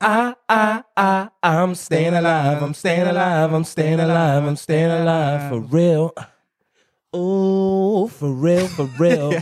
I, I, I, Ah, I'm staying alive. I'm staying alive. I'm staying alive. I'm staying alive for real. Oh, for real, for real.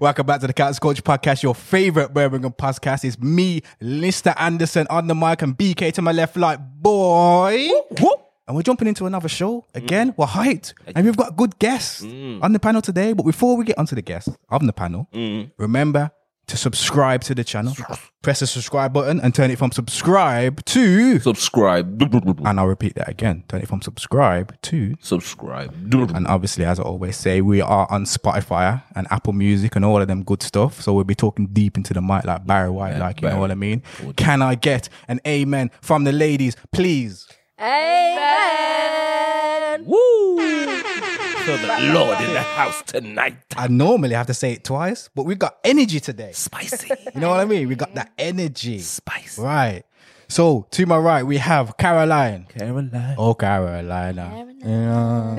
Welcome back to the Cats Coach Podcast, your favorite Birmingham podcast. It's me, Lister Anderson, on the mic, and BK to my left, like boy. Whoop. Mm. And we're jumping into another show again. We're hyped, and we've got good guests on the panel today. But before we get onto the guests on the panel, Mm. remember to subscribe to the channel. Press the subscribe button and turn it from subscribe to. subscribe, And I'll repeat that again. Turn it from subscribe to subscribe. and obviously, as I always say, we are on Spotify and Apple Music and all of them good stuff. So we'll be talking deep into the mic like Barry White, like you know what I mean. Can I get an amen from the ladies, please? Amen. Woo! For the Lord in the house tonight. I normally have to say it twice, but we've got energy today. Spicy, You know what I mean? We got that energy. spicy. Right. So to my right, we have Caroline. Caroline. Oh, Carolina. Yeah.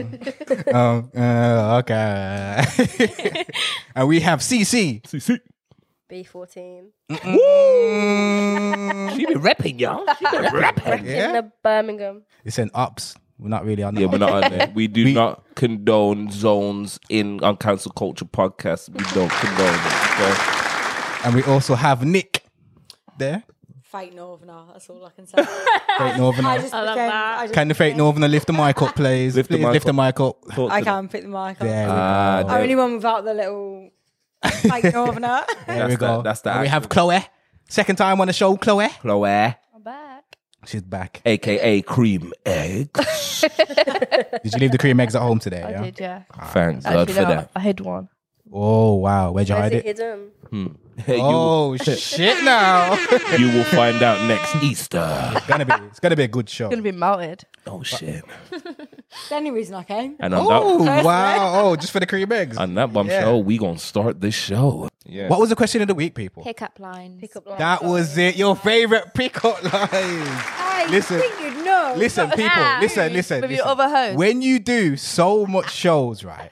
um, uh, okay. and we have CC. B14. Mm. She be rapping, y'all. She be rapping. In the Birmingham. It's an ups. We're not really on the Yeah, ups. but not on there. We do not condone zones in on cancel culture podcasts. We don't condone it. And we also have Nick there. Fake Northerner, that's all I can say. Fake Northerner. I just I love became- that. I just Can the fake became- Northerner lift the mic up, please? Lift the Please mic lift the mic up. Okay. I can pick the mic up. There we Ah, go. I'm the only one without the little fake Northerner. There That's we the- go. that's the And we have accent. Chloe. Second time on the show, Chloe. Chloe, I'm back. She's back. aka Cream Eggs. Did you leave the cream eggs at home today? I yeah? did, yeah. Thanks God Actually, for no, that. I hid one. Oh wow, where'd you Where's hide it it? hidden? You- Oh shit! Now you will find out next Easter. gonna be it's gonna be a good show. It's gonna be melted. Oh shit! the only reason I came. And on Oh that wow! Oh, just for the cream eggs. on that bombshell, we gonna start this show. Yeah. What was the question of the week, people? Pickup lines. Pick up line. That was it. Your favorite pickup lines. Listen. you know. Listen, people, that. listen, listen. Ah. With your listen. other host. When you do so much shows, right?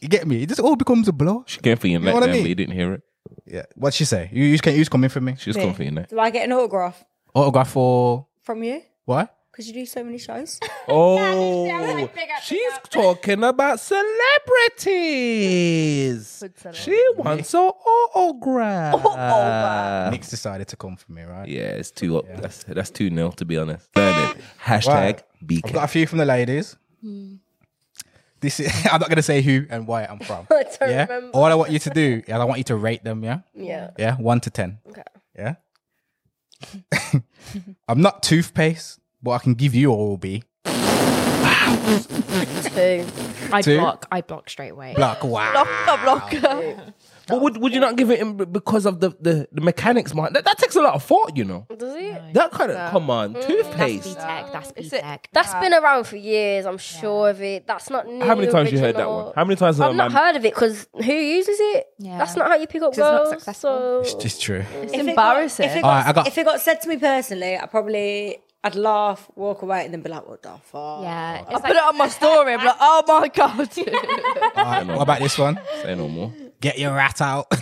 You get me? It just all becomes a blur. Came for your know neck, what I man, mean? but you didn't hear it. Yeah. What'd she say? You, you can't use coming for me. She was coming for your neck. Do I get an autograph Autograph for from you? what? Because you do so many shows. Oh, she's talking about celebrities. Good setup. She wants an autograph. Nick's decided to come for me, right? Yeah, it's two up. That's that's two nil to be honest. Learn it. Hashtag Right. I've got a BK. few from the ladies. Hmm. This is I'm not gonna say who and where I'm from. I don't yeah. remember. All I want you to do is I want you to rate them, yeah? Yeah. Yeah, one to ten. Okay. Yeah. I'm not toothpaste, but I can give you all B. Two. I Two. block. I block straight away. Like wow. But would would you not give it in b- because of the the, the mechanics, man? That, that takes a lot of thought, you Mm. know. Does it? That kind of come Mm, on That's toothpaste. B-Tech. That's B-Tech. That's been around for years. I'm sure of it. That's not new. How many times you heard that one? How many times have I've a not man? heard of it because who uses it? Yeah. That's not how you pick up 'Cause it's not girls. successful. So It's just true. It's If it got- embarrassing. If it, Alright, got, I got- if it got said to me personally, I probably I'd laugh, walk away, and then be like, "What the fuck?" yeah. It's put it on my story. I'm like, oh my god. Alright, what about this one? Say no more. Get your rat out. Oh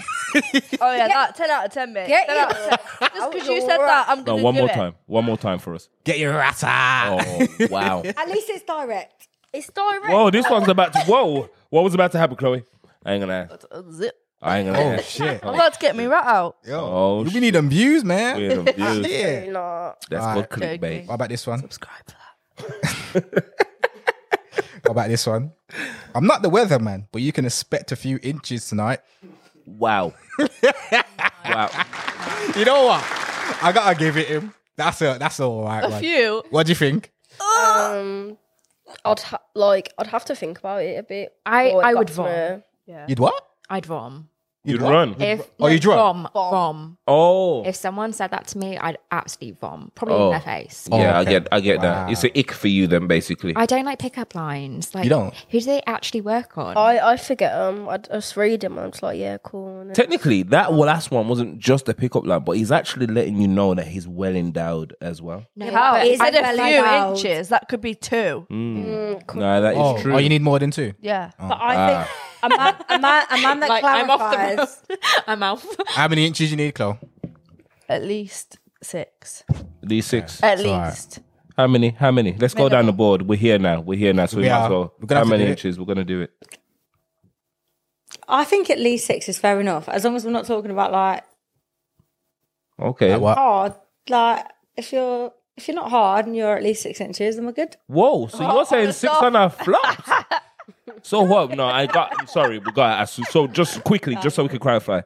yeah, that ten out of ten, mate. Get 10 your- out of 10. Just because you said that, I'm No, gonna one do more it. time. One more time for us. Get your rat out. Oh wow. At least it's direct. It's direct. Whoa, this one's about to. Whoa, what was about to happen, Chloe? I ain't gonna. ask. Zip. I ain't gonna. ask. shit. Oh, I'm about to get me right out. Oh, We need them views, man. shit. Weird views. Yeah. No. That's Alright. called clickbait. What about this one? Subscribe for that. What about this one? I'm not the weatherman, but you can expect a few inches tonight. Wow. wow. You know what? I gotta give it him. That's a that's all right. A few. What do you think? Um, I'd ha- like I'd have to think about it a bit. I- before it I got would to vote. me. You'd what? I'd rom. You'd run. If Oh, you'd rom? rom, rom. Oh. If someone said that to me, I'd absolutely vom. Probably Oh. in their face. yeah, okay. I get. I get that. It's an ick for you then, basically. I don't like pickup lines. Like, You don't? Who do they actually work on? I I forget them. I just read them. I'm just like, yeah, cool. And then- Technically, that last one wasn't just a pickup line, but he's actually letting you know that he's well endowed as well. no, How? but Is I- it a but few like- inch? Cheers. That could be two. Hmm. No, that is Oh, true. oh, you need more than two. Yeah. Oh. But I think a man, a man, a man that Like, I'm off the clarifies. road. I'm off. How many inches you need, Chloe? At least six These six. at all right. least. How many? How many? Let's go down the board. We're here now. We're here now. So we, We might as are. well. We're gonna How have to many do it. inches? We're gonna do it. I think at least six is fair enough, as long as we're not talking about like Okay. What? hard. Like if you're if you're not hard and you're at least six inches, then we're good. Whoa. So you're saying six and a half flops? so what? No, I got. I'm sorry, we got to ask you. So just quickly, just so we can clarify.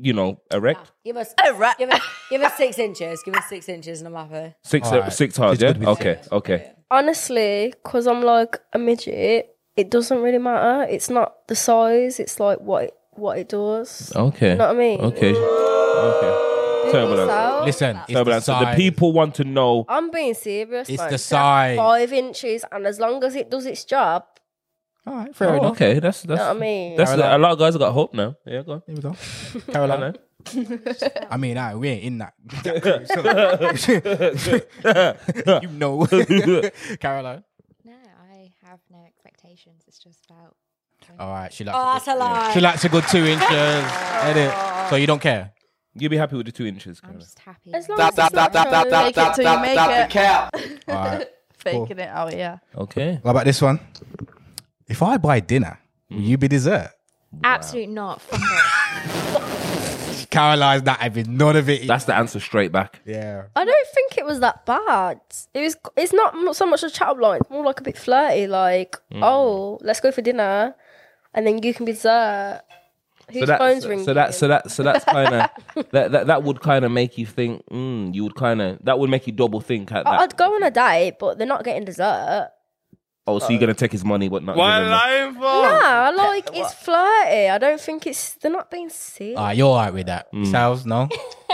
You know, erect Give us oh, give us give us six inches. Give us six inches, and I'm happy. six, All right. six hard. It's Yeah. good with Okay. Okay. Honestly, because I'm like a midget, it doesn't really matter. It's not the size, it's like what it, what it does. Okay. You know what I mean? Okay. Okay. Terrible answer. So, Listen, it's Terrible the, answer. The size. people want to know. I'm being serious. It's like, the that's size. Five inches, and as long as it does its job, All right, fair enough. Okay, that's that's. you know what I mean? That's Caroline. a lot of guys got hope now. Yeah, go on. Here we go. Caroline. I mean, I, we ain't in that. that crew, so- you know. Caroline. No, I have no expectations. It's just about. All right, she likes. Oh, a that's a lie. good, she likes a good two inches. Edit. So you don't care. You'll be happy with the two inches. I'm Caroline. just happy. as long Dot, as it's dot, not dot, dot, dot, true. dot, Make dot, dot, it till you make dot, it. the cap. All right. Faking it out, yeah. Okay. What about this one? If I buy dinner, will you be dessert? Absolutely not. Fuck off. Caroline's not having none of it. That's the answer straight back. yeah. I don't think it was that bad. It was. It's not m- so much a chat up line. It's more like a bit flirty. Like, Hmm. oh, let's go for dinner, and then you can be dessert. Whose So that, phone's so, ringing? so that, so that, so that's kind of that, that. That would kind of make you think. Mm, you would kind of that would make you double think at I- that. Oh, I'd go on a date, but they're not getting dessert. oh, so you're gonna take his money, but not. give him money. life? Nah, like it's flirty. I don't think it's. They're not being serious. Uh. All right, you're all right with that. Hmm. Sales, no?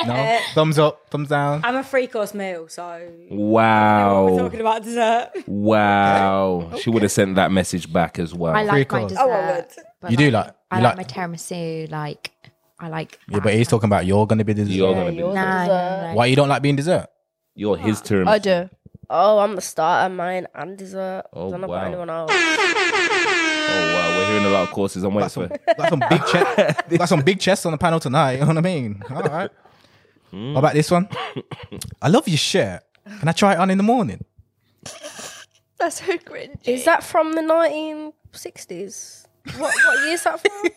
No? thumbs up, thumbs down. I'm a three course meal, so Oh. we're Wow! talking about dessert. Wow! She would have sent that message back as well. I like my course. dessert. Oh, I would. but You do like- I you like, like- my tiramisu. Like I like. Yeah, but he's talking about you're going to be dessert. You're gonna be. No, no, no, no. Why you don't like being dessert? You're his term. I do. Oh, I'm the starter, mine, and dessert. Oh, I don't know wow. about anyone else. Oh wow! We're hearing a lot of courses. I'm waiting for. Got some big chest. got some big chests on the panel tonight. You know what I mean? All right. Hmm. What about this one? I love your shirt. Can I try it on in the morning? That's so cringy. Is that from the 1960s? What what year is that from?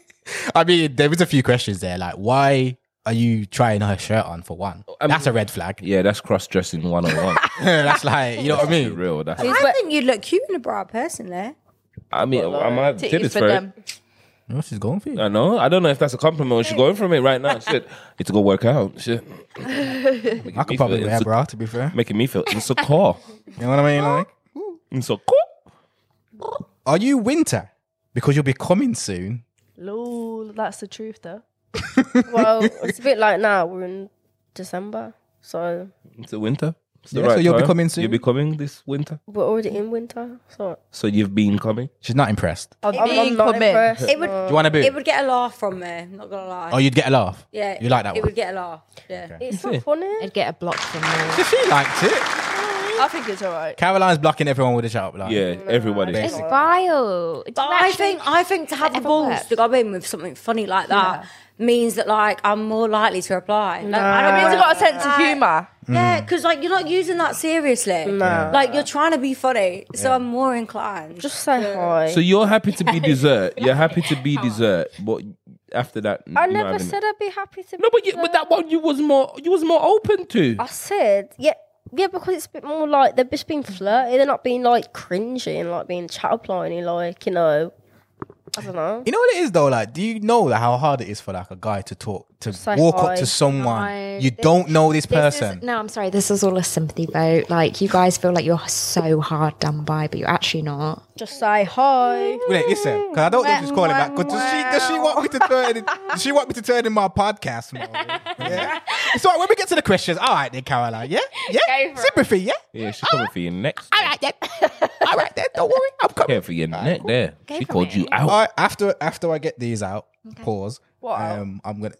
I mean, there was a few questions there, like why are you trying her shirt on for one? That's a red flag. Um, Yeah, that's cross-dressing 101. That's like you know what I For mean. real. That's. I think you'd look cute in a bra, personally. I mean, am I did Titties this for for? them. No, she's going for you. I know. I don't know if that's a compliment or she's going from it right now. Shit. It's a go work out. Shit. I could probably wear bra to be fair. Making me feel insecure. You know what I mean? Like, insecure. are you winter? Because you'll be coming soon. Lol, that's the truth though. well, it's a bit like now we're in December, so It's a winter. It's the Yeah, so you'll be time. coming soon? You'll be coming this winter. we're already in winter. So So you've been coming. She's not impressed. I'm, Being come in. It would Do you want a it boo? would get a laugh from me. Not gonna lie. Oh, you'd get a laugh. yeah, you like that It one. would get a laugh. Yeah. It's not funny. I'd get a block from me. She liked it. I think it's alright. Caroline's blocking everyone with a shout. Like, Yeah, everybody. It's vile. It But doesn't I actually- think I think to have the ever balls worked. to go in with something funny like that means that like I'm more likely to reply. Like, I don't I've really got a sense of humour. Yeah, Mm. because like you're not using that seriously. Like you're trying to be funny, so I'm more inclined. Just say hi. So you're happy to be dessert. You're happy to be dessert. But after that, I you're not never having it. said I'd be happy to. No, but you, but that one you was more you was more open to. I said yeah. Yeah, because it's a bit more like they're just being flirty. They're not being like cringy and like being chat upliney, like you know. I don't know. You know what it is though? Like, do you know like, how hard it is for like a guy to talk to say walk hi. up to someone No, you this- don't know this This is- person? no, I'm sorry. This is all a sympathy vote. Like you guys feel like you're so hard done by, but you're actually not. Just say hi. Wait, listen, because I don't think she's calling back. Because does she does she want me to turn? In, does she want me to turn in my podcast? mode? Yeah. So when we get to the questions, all right then, Caroline. Yeah, yeah. Sympathy. Yeah. yeah, she's coming for your neck. All right then. all right then. Don't worry, I'm coming. Care for your neck there. She for called it. you out. I, after after I get these out, pause. What out? Um, I'm gonna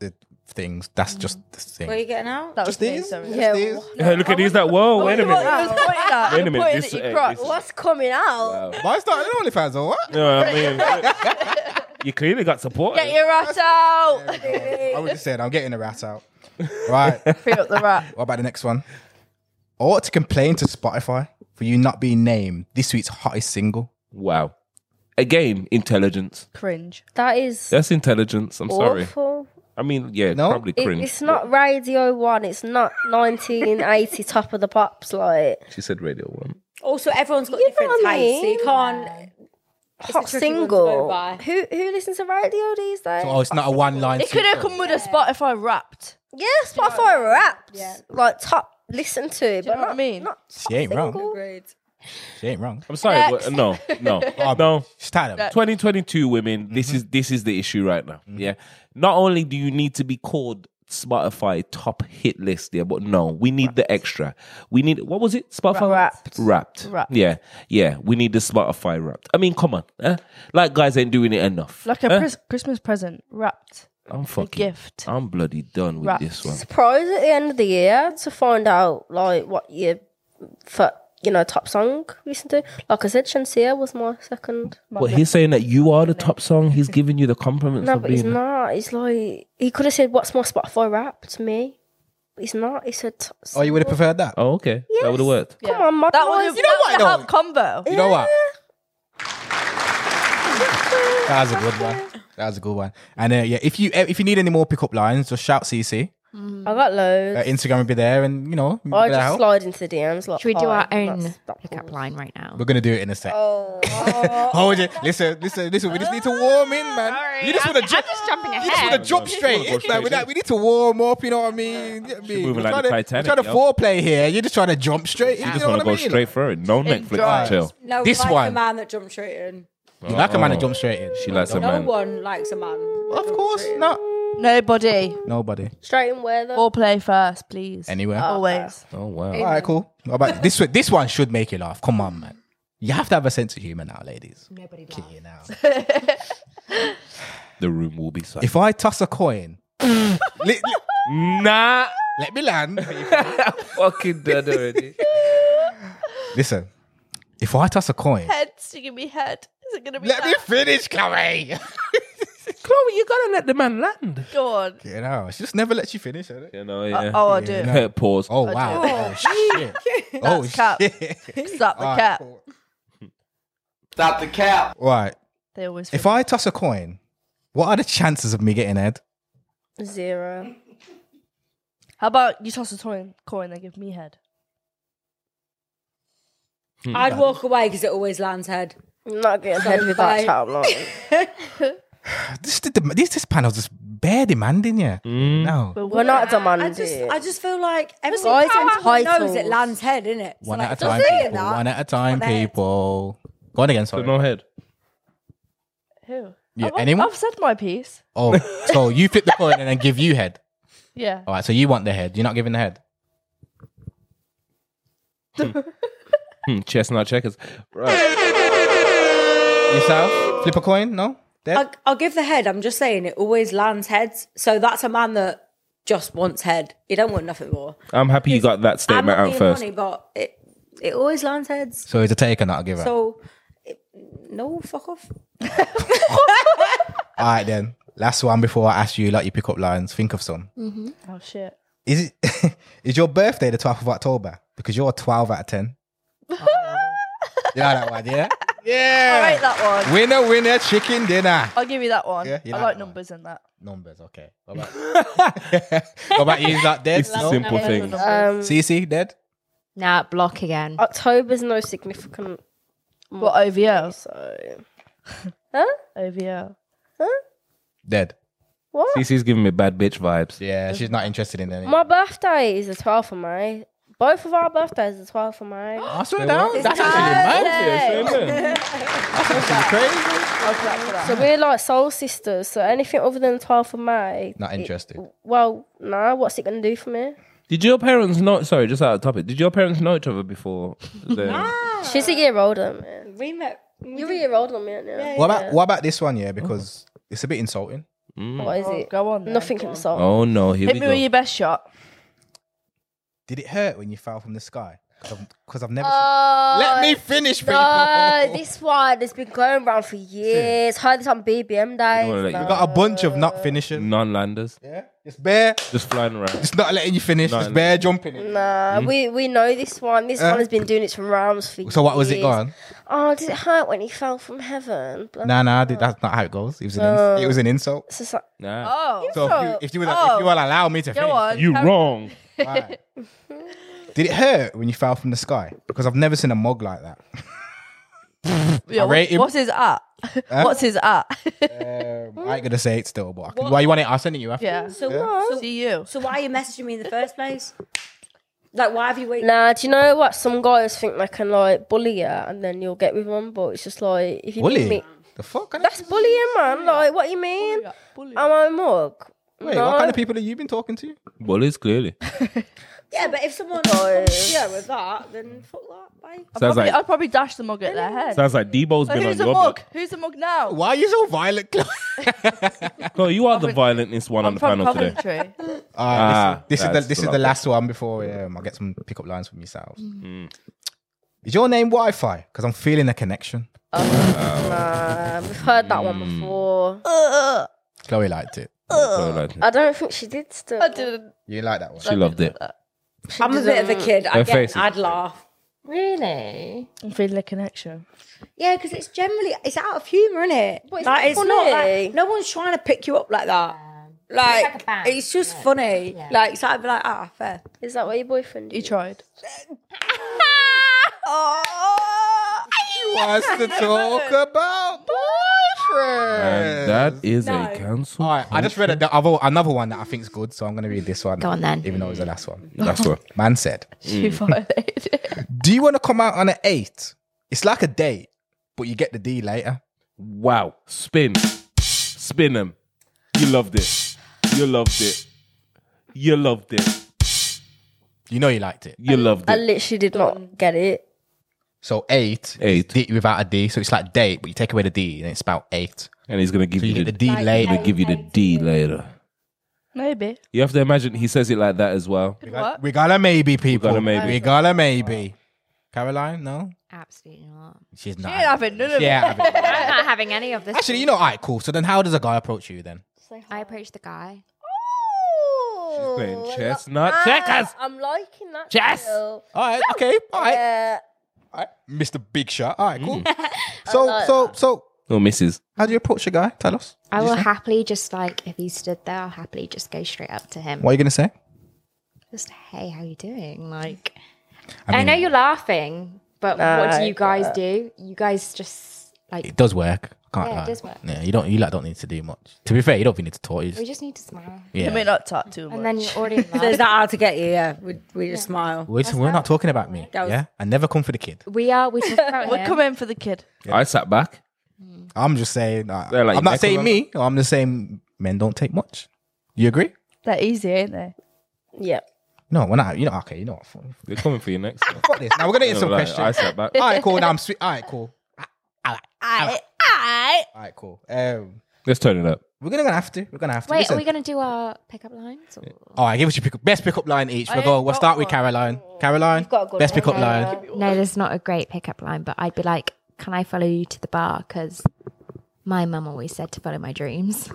the things. That's just the thing. What are you getting out? That was Just me, these. sorry. Just Yeah, these. Hey, look at these. That whoa. Wait a Oh, minute. I was pointing at- Wait a minute, pointing this- at your uh, crotch. this- What's coming out? Why starting an OnlyFans or what? You know what I mean? you clearly got support. Get your ass out. I would just said I'm getting the rat out. Right. what Free up the rat. about the next one? I ought to complain to Spotify for you not being named this week's hottest single. Wow. Again, intelligence. Cringe. That is That's intelligence. I'm sorry. awful. I mean, yeah, No? probably It- cringe. it's not Radio One. It's not 1980 Top of the Pops. Like she said Radio One. Also, everyone's got You know different what I tastes, so you mean? can't. hot tricky one to go single. by. Who who listens to radio these days? Oh, it's not a one line. It could have come with a Spotify wrapped. yeah, Spotify wrapped. Like top listen to, but know what I not, mean? Not She ain't wrong. single. She ain't wrong. I'm sorry. But, no, no, no. She's tired of it. 2022 women. This is this is the issue right now. Yeah. Not only do you need to be called Spotify top hit list, yeah, but no, we need the extra. We need what was it? Spotify Wrapped. Wrapped. Wrapped. Yeah, yeah. We need the Spotify wrapped. I mean, come on. eh? Like guys ain't doing it enough. Like a Eh? pres- Christmas present wrapped. I'm A fucking. gift. I'm bloody done with Wrapped. this one. Surprised at the end of the year to find out like what your for you know top song listen to. Like I said, Shansia was my second. But he's saying that you are the top song. He's giving you the compliments No, of but he's being. not. He's like he could have said, "What's my Spotify rap?" to me. He's not. He said, top Oh, you would have single. preferred that? Oh, okay. That would have worked. Come on, my That was boys. you know what? Help convo. You know what? That was a good one. That was a good one. And uh, yeah, if you if you need any more pickup lines, just shout CC. I got loads. Uh, Instagram will be there, and you know, I we'll just help. slide into the DMs. Like, Should we do "Hi, our own Oh, that's- that's pickup cool." line right now? we're gonna do it in a sec. Oh, Hold it. Listen, listen, listen. We just need to warm in, man. You just want to jump. just jumping You just want to jump straight. wanna go in, man. we, straight we need to warm up. You know what I mean? You know what I mean? moving like trying the to, Titanic, We're trying to yo. foreplay here. You're just trying to jump straight. You in, just know want to what I go mean? straight for it. No Netflix drives. and chill. No, This like a one. man that jumps straight in. You like a man to jump straight in? She likes a No man. one likes a man. that Of jumps course straight in. not. Nobody. Nobody. straight in where though? All play first, please. Anywhere. Always. Oh wow. All right, cool. What about this one? This one should make you laugh. Come on, man. You have to have a sense of humor now, ladies. Nobody you now. The room will be silent. If I toss a coin, li- li- Nah. let me land. Fucking dead already. Listen, if I toss a coin, Heads, you give me head. Is it gonna be let me that? finish, Chloe. Chloe, you gotta let the man land. Go on. you know, she just never lets you finish. It? You know, yeah. Oh, I do. Pause. Oh wow! Oh shit! oh That's cap. shit! Stop the All right, cat. cool. All right. They always. If I toss a coin, what are the chances of me getting head? Zero. How about you toss a coin, coin and give me head? Hmm. I'd walk away because it always lands head. I'm not getting ahead with that bye. child line. This the dem- this this panel's just bare demanding, yeah. No, But We're not I demanding. just, I just feel like Why everyone is it knows entitled? it lands head, innit? So one like, at a just time, saying people. that. One at a time, One head. people. Go on again, sorry. no head. Who? Yeah, I've, al- anyone? I've said my piece. Oh, so you flip the coin and then give you head. Yeah. All right, so you want the head. You're not giving the head. Hmm, chestnut checkers. Right. Yourself, flip a coin. No, dead. I'll, I'll give the head. I'm just saying it always lands heads. So that's a man that just wants head. You don't want nothing more. I'm happy you got that I'm statement not out being first. funny, but it it always lands heads. so it's a take and not a giver. So it, no, fuck off. All right, then. Last one before I ask you, like, your pickup lines. Think of some. Oh shit. Is it is your birthday the 12th of October? Because you're 12 out of 10. you know that one, yeah? I Yeah. rate that one. Winner, winner, chicken dinner. I'll give you that one. Yeah, you I like like that one. numbers in that. Numbers, okay. What about, what about you? Is that dead? It's the simple thing. um, CC, dead? Nah, block Oh. again. October's no significant. What OVO? So OVO. Dead. what? CC's giving me bad bitch vibes. Yeah, she's not interested in any. My birthday is the 12th of May. Both of our birthdays is the 12th of May. I swear down. That's Yeah, actually mad. same thing. That's actually crazy. I'll clap for that. so we're like soul sisters. So anything other than the 12th of May. Not it- interested. well, nah. What's it gonna do for me? Did your parents know? Sorry, just out of topic. Did your parents know each other before? the- She's a year older than me. We met. You're a year older than me, aren't you? What about, what about this one, yeah? Because it's a bit insulting. What is Oh, it? Go on. then. Nothing Go on. can solve. Oh no, here Hit we me with go. your best shot. Did it hurt when you fell from the sky? Because I've never Oh, Let me finish, No, people. Uh, this one has been going around for years. Heard this on BBM days. wanna let you man. go. got a bunch of not finishing. Non landers. Yeah, it's bare. Just flying around. It's not letting you finish. No, it's no. bare jumping. it. Nah, we, we know this one. This Uh. one has been doing it for rounds for years. So what was it going? Oh, did it hurt when he fell from heaven? Blah. Nah, nah, th- that's not how it goes. It was an, ins- it was an insult. It's just like- Nah. Oh, So if you, if you, will, if you will allow me to go finish, on. You carry- wrong. Right. Did it hurt when you fell from the sky? Because I've never seen a mug like that. Yeah, I rate what, him. what's his at? What's his at? Um, I ain't gonna say it still, but I can, why you want it? I'll send it you after. yeah. So, so, See you. so why are you messaging me in the first place? Like, why have you waited? Nah, do you know what? Some guys think they can like bully you and then you'll get with them, but it's just like if you meet Bully. me, The fuck? Kind of, that's bullying, man. Like, what you mean? Um, Am I a mug? wait, no. what kind of people have you been talking to? Bullies, clearly. Yeah, but if someone comes here with that, then fuck that. Bye. Sounds Probably- like I'd probably dash the mug at their head. sounds like Debo's But been who's on a your mug? block. Who's a mug now? Why are you so violent? Chloe? No, you are the violentest one on I'm the from panel today. Coventry. Ah, this is, Ah, this that's is the this is lovely. the last one before um, I get some pickup lines from yourselves. Mm. Is your name Wi-Fi? Because I'm feeling a connection. Nah, Um, we've heard that one Hmm. before. Chloe liked it. Oh, like, I don't think she did still. I didn't. You like that one? She loved it. I'm a bit of a kid. Her I face is- get, I'd laugh. Really? I'm feeling a connection. Yeah, because it's generally it's out of humor, isn't it? But it's like, not it's not funny. like no one's trying to pick you up like that. Like like a it's, band, just isn't it? funny. Yeah. Like it's like, be like ah fair. Is that what your boyfriend You did? tried. Oh, Wants to talk about And boyfriend. that is No. a cancel. All right, I just read a, other, another one that I think is good, so I'm going to read this one. Go on then. Even though it's the last one. That's what. Man said, Mm. She violated it. Do you want to come out on an eight? It's like a date, but you get the D later. Wow. Spin. Spin them. You loved it. You loved it. You loved it. You know you liked it. You loved I it. literally did not get it. So eight, Eight. D without a D. So it's like date, but you take away the D and it's about eight. And he's gonna give So you you get the the D later. gonna give you the D later. Maybe. You have to imagine he says it like that as well. Could We got- work. We got a maybe, people. got a maybe. We got a maybe. Caroline, no, Absolutely not. she's not. I ain't having none of it. Yeah. I mean- I'm not having any of this. Actually, you know, all right, cool. So then, how does a guy approach you then? I approached the guy. She's playing chestnut checkers. Oh. I'm liking that. Chess. still. All right, okay, all right, Yeah. all right. Mr. Big Shot. All right, cool. so, like so, so, No misses. how do you approach a guy? Tell us. I will happily just like if he stood there, I'll happily just go straight up to him. What are you gonna say? Just hey, how you doing? Like I, I, mean, know you're laughing, but what Nah, do you guys do? You guys just like It does work. I can't Yeah, it lie. does work. Yeah, you don't. You like don't need to do much. To be fair, you don't need to talk. You we just, just need to smile, You yeah. may not talk too much. and then you're already in Is love. that hard to get you? Yeah, we we just smile. We're, we're not talking about me. was- Yeah, I never come for the kid. we are. We talk about We're him. coming for the kid. I sat back. I'm just saying. I, They're like I'm not Michael saying and- me. I'm just saying men don't take much. You agree? They're easy, ain't they? Yeah. No, we're not. You know, okay. You know what? Fuck, They're coming for you next. time. fuck this. Now we're gonna get some Like, I questions. sat back. All right, cool. Now I'm sweet. All right, cool. All right, cool. Um, Let's turn it up. we're gonna gonna have to. We're gonna have to. Wait, Listen. are we gonna do our pickup lines? Or? All right, give us your pick- best pickup line each. We'll go. ain't We'll got start with one. Caroline. Caroline, got a good best one. pickup Yeah. line. No, there's not a great pickup line, but I'd be like, "Can I follow you to the bar?" Because my mum always said to follow my dreams.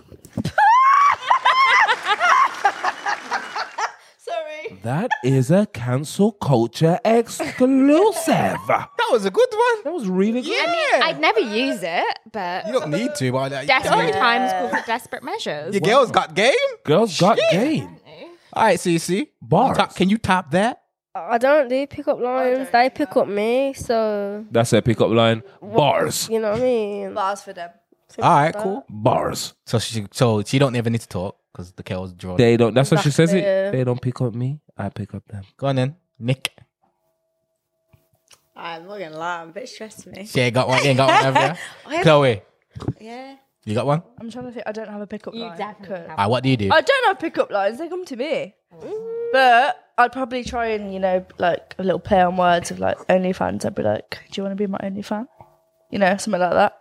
That is a cancel culture exclusive. that That was a good one. was really good. I'd never use it, but You don't need to, but I- desperate times call for desperate measures. your girl's got game. Girls got game. All right, CC. Bars. Top- Can you top that? I don't do pickup lines. They pick up me, so That's a pickup line. Bars. you know what I mean. Bars for them. All right, cool. Bars. So she, so she don't ever need to talk because the girl's drawn. They don't. That's what she says Yeah. it. They don't pick up me. I pick up them. Go on then, Nick. I'm not gonna lie, I'm a bit stressed me. She ain't got one. You ain't got one over there. Chloe, Yeah. you got one. I'm trying to think. I don't have a pickup line. Could. All right, what do you do? I don't have pickup lines. They come to me. But I'd probably try and, you know, like a little play on words of like OnlyFans. I'd be like, do you want to be my OnlyFan? You know, something like that.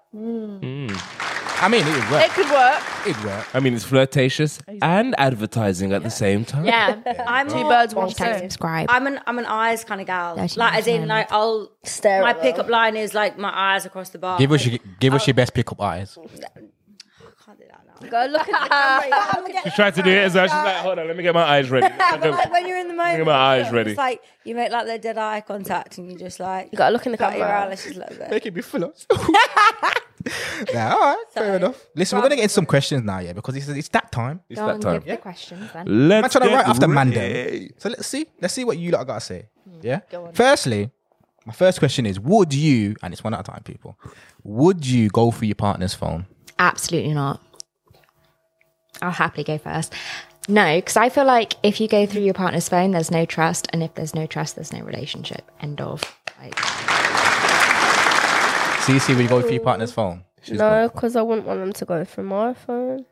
I mean, it It worked. could work. It worked. I mean, it's flirtatious and advertising at the same time. Yeah. I'm Two more- birds, one Hashtag stone. subscribe. I'm an I'm an eyes kind of gal. That's Like as in intense. like I'll Stare My at them. pickup line is like my eyes across the bar. Give us your give us your best pickup eyes. Can't do that now. Go look at the camera. I'm getting- She tried to do it as well. She's like, hold on, let me get my eyes ready. but like when you're in the moment, Look at my eyes it's ready. like you make like the dead eye contact, and you just like You gotta look in the got your camera. eyelashes a little bit. Make it be full Nah, all right, fair enough. Listen, we're gonna get some questions now, yeah, because it's, it's that time. It's Go that and time. give the questions then. I'm Let's trying to get write after ready. Mandem. So let's see. Let's see what you lot gotta say. Hmm, Yeah. Firstly, my first question is: Would you? And it's one at a time, people. Would you go for your partner's phone? Absolutely not. I'll happily go first. No, because I feel like if you go through your partner's phone, there's no trust, and if there's no trust, there's no relationship. End of. Like, CC, would you go for your partner's phone? No, because I wouldn't want them to go through my phone.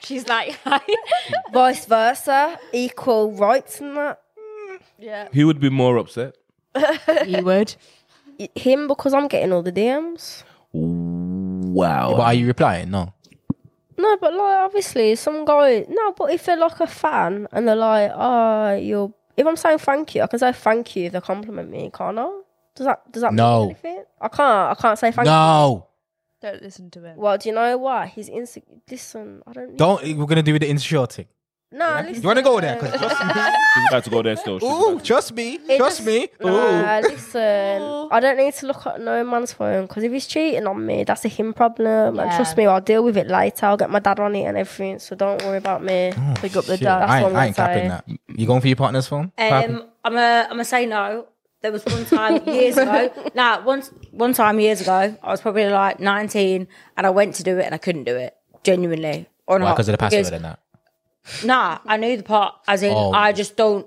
she's like, Vice versa, equal rights and that. Who would be more upset? you would. Him because I'm getting all the DMs. Wow. But are you replying? No. No, but like obviously some guy. No, but if they're like a fan and they're like, oh, you're. If I'm saying thank you, I can say thank you if they compliment me, can't I? Does that does that No. mean anything? I can't. I can't say thank you. No. Don't listen to him. Well, do you know why? He's insecure. Listen, I don't. Don't. We're gonna do the insecure thing. No, listen. You wanna go there? 'Cause She's about to go there still. She's Ooh, about to- trust me. It trust just- me. Nah, listen. I don't need to look at no man's phone because if he's cheating on me, that's a him problem. And Yeah. trust me, I'll deal with it later. I'll get my dad on it and everything. So don't worry about me. Pick up the Oh, Shit, I dad. ain't, what I I'm ain't capping saying. that. You going for your partner's phone? Um, I'm a, I'm gonna say no. There was one time years ago. Now, once one time years ago, I was probably like 19, and I went to do it, and I couldn't do it genuinely. Or not Because of the password and that. Nah, I knew the part. As in, Oh. I just don't.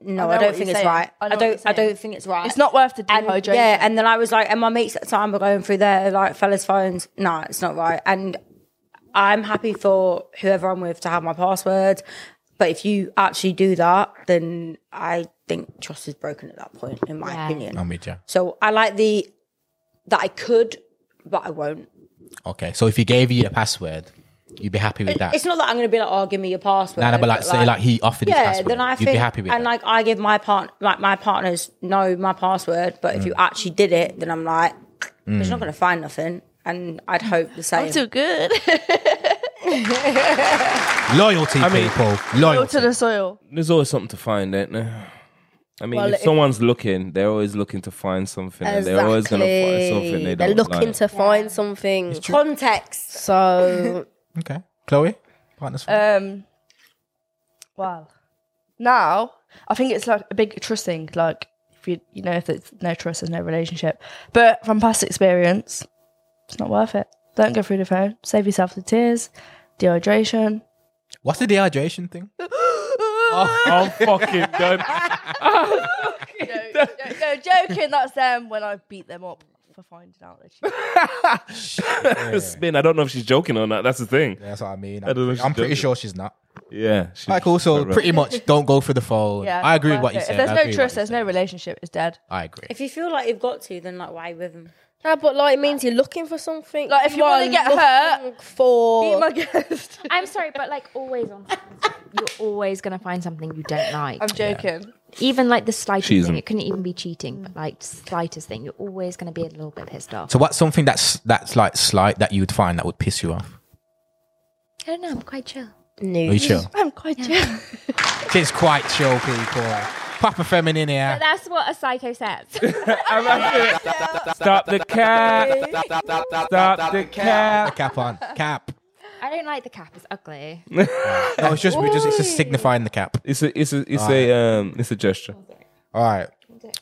No, know I, what don't think you're it's saying. right. I I, know what don't. you're I saying. don't think it's right. It's not worth the And, dehydration. yeah, and then I was like, and my mates at the time were going through their like fellas' phones. Nah, it's not right. And I'm happy for whoever I'm with to have my password, but if you actually do that, then I think trust is broken at that point, in my Yeah. opinion. I'm with you. so I like the that I could, but I won't. Okay, so if he gave you the password, you'd be happy with that. It's not that I'm going to be like, oh, give me your password. No, no, but like, say like he offered his yeah, password, then I you'd think, be happy with and that. like I give my part, like my partners know my password, but if Mm. you actually did it, then I'm like, it's not going to find nothing, and I'd hope the same. I'm too good. Loyalty, people. Go Loyalty. to the soil. There's always something to find, ain't there? I mean, Well, if if- someone's looking, they're always looking to find something. and They're always going to find something. They They're don't looking like. to find something. Context. So Okay, Chloe, partners. phone. Um. Well, now I think it's like a big trust thing. Like if you you know if there's no trust, there's no relationship. But from past experience, it's not worth it. Don't go through the phone. Save yourself the tears, dehydration. What's the dehydration thing? I'm Oh, fucking done. no, no, joking. That's them when I beat them up for finding out that you Spin. I don't know if she's joking or not. That's the thing. That's what I mean. don't know I'm, if she I'm pretty does it. sure she's not. Yeah. She's Like, also, right. pretty much, don't go for the phone. Yeah, I agree with what worth you it. said. If there's I no agree with what trust, you there's said. no relationship. It's dead. I agree. If you feel like you've got to, then like why are you with them? No, but like it means you're looking for something. Like, if you wanna are get looking hurt, for my guest. I'm sorry, but like always on. You're always gonna find something you don't like. I'm joking. Even like the slightest Cheating. thing, it couldn't even be cheating, but like slightest thing, you're always gonna be a little bit pissed off. So, what's something that's that's like slight that you would find that would piss you off? I don't know. I'm quite chill. Are you news. chill? I'm quite joking. She's quite chill, people. Proper feminine here. That's what a psycho says. Stop the cat. Stop the cat. Cap on, cap. I don't like the cap. It's ugly. No, it's just we just it's just signifying the cap. It's a, it's a, it's a, um, it's a gesture. All right. All right,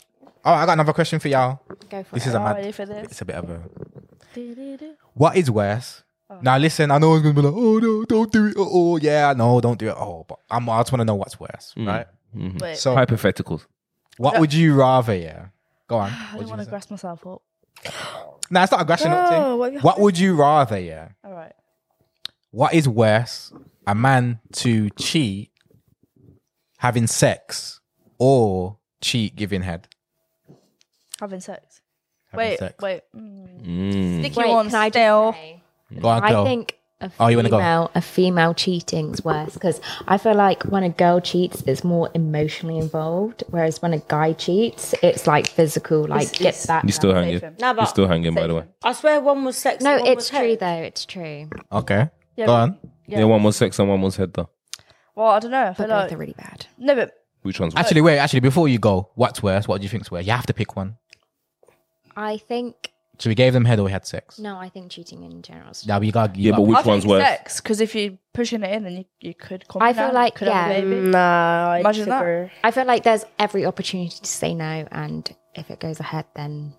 Oh, I got another question for y'all. Go for This it. is a I'm mad. ready for this. It's a bit of a. What is worse? Oh. Now listen, I know it's gonna be like, oh no, don't do it. Oh yeah, no, don't do it. Oh, but I'm, I just want to know what's worse, right? Wait, So, Hypotheticals. what would you rather? Yeah, go on. I don't want to grass myself up. Nah, it's not a aggression up No, what have thing. you- What would you rather? Yeah, All right. what is worse? A man to cheat having sex, or cheat giving head? Having sex. having Wait, sex. wait. Mm. Mm. Sticky Wait, one can I just still. say- Go on, I Oh. girl. think a Oh, you wanna go? female, a female cheating's worse because I feel like when a girl cheats, it's more emotionally involved, whereas when a guy cheats, it's like physical, like get that. You still hanging? Same. No, You but still hanging? By the way, I swear one was sex. no, and one it's was true though. It's true, Okay. Yeah, Go but- on. Yeah. yeah, one was sex and one was head though. Well, I don't know. I but uh, feel both like are really bad. no, but Which one's worse? Actually, wait. Actually, before you go, what's worse? What do you think's worse? You have to pick one. I think So we gave them head or we had sex. no, I think cheating in general. Is Yeah, but you got. You Yeah, got but we- I Which think one's worse? Sex, because if you're pushing it in, then you, you could. Come I feel down, like, could have a yeah. mm. baby. Nah, I Imagine that. disagree. I feel like there's every opportunity to say no, and if it goes ahead, then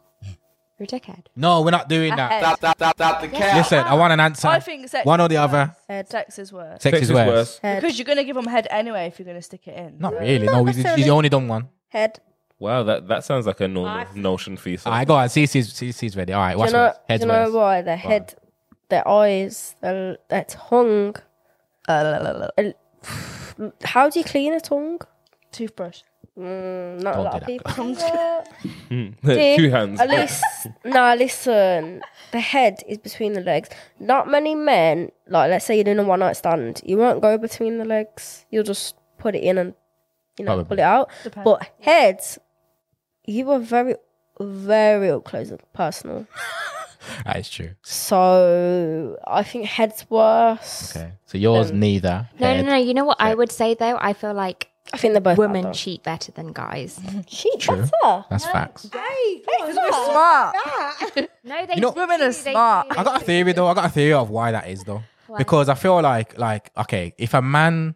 you're a dickhead. no, we're not doing that. Head. Listen, I want an answer. I think sex. one or the is other. worse. Sex is worse Sex, is worse. Head. because you're gonna give them head anyway if you're gonna stick it in. Not really. No, we, he's necessarily. only done one. Head. Wow, that, that sounds like a normal notion for All yourself. right, go on. CC's, CC's ready. All right, Do you what's know, worse? do Head's you know worse. why? Their head, their eyes, their, their tongue. Uh, la, la, la, la. How do you clean a tongue? Toothbrush. Mm, not Don't a lot do of that, people. do that. Eh, Two hands. At least, nah, listen. The head is between the legs. Not many men, like, let's say you're doing a one night stand, you won't go between the legs. You'll just put it in and, you know, Probably. pull it out. Depends. But heads, you are very, very up close and personal. That is true. So I think head's worse. Okay. So yours neither. No, Head. no, no. You know what I would say though? I feel like I think they're both women bad, though. cheat better than guys. She True. better. That's facts. Smart. No, they You know- Women are smart. I got a theory though. I got a theory of why that is though. Because I feel like like okay, if a man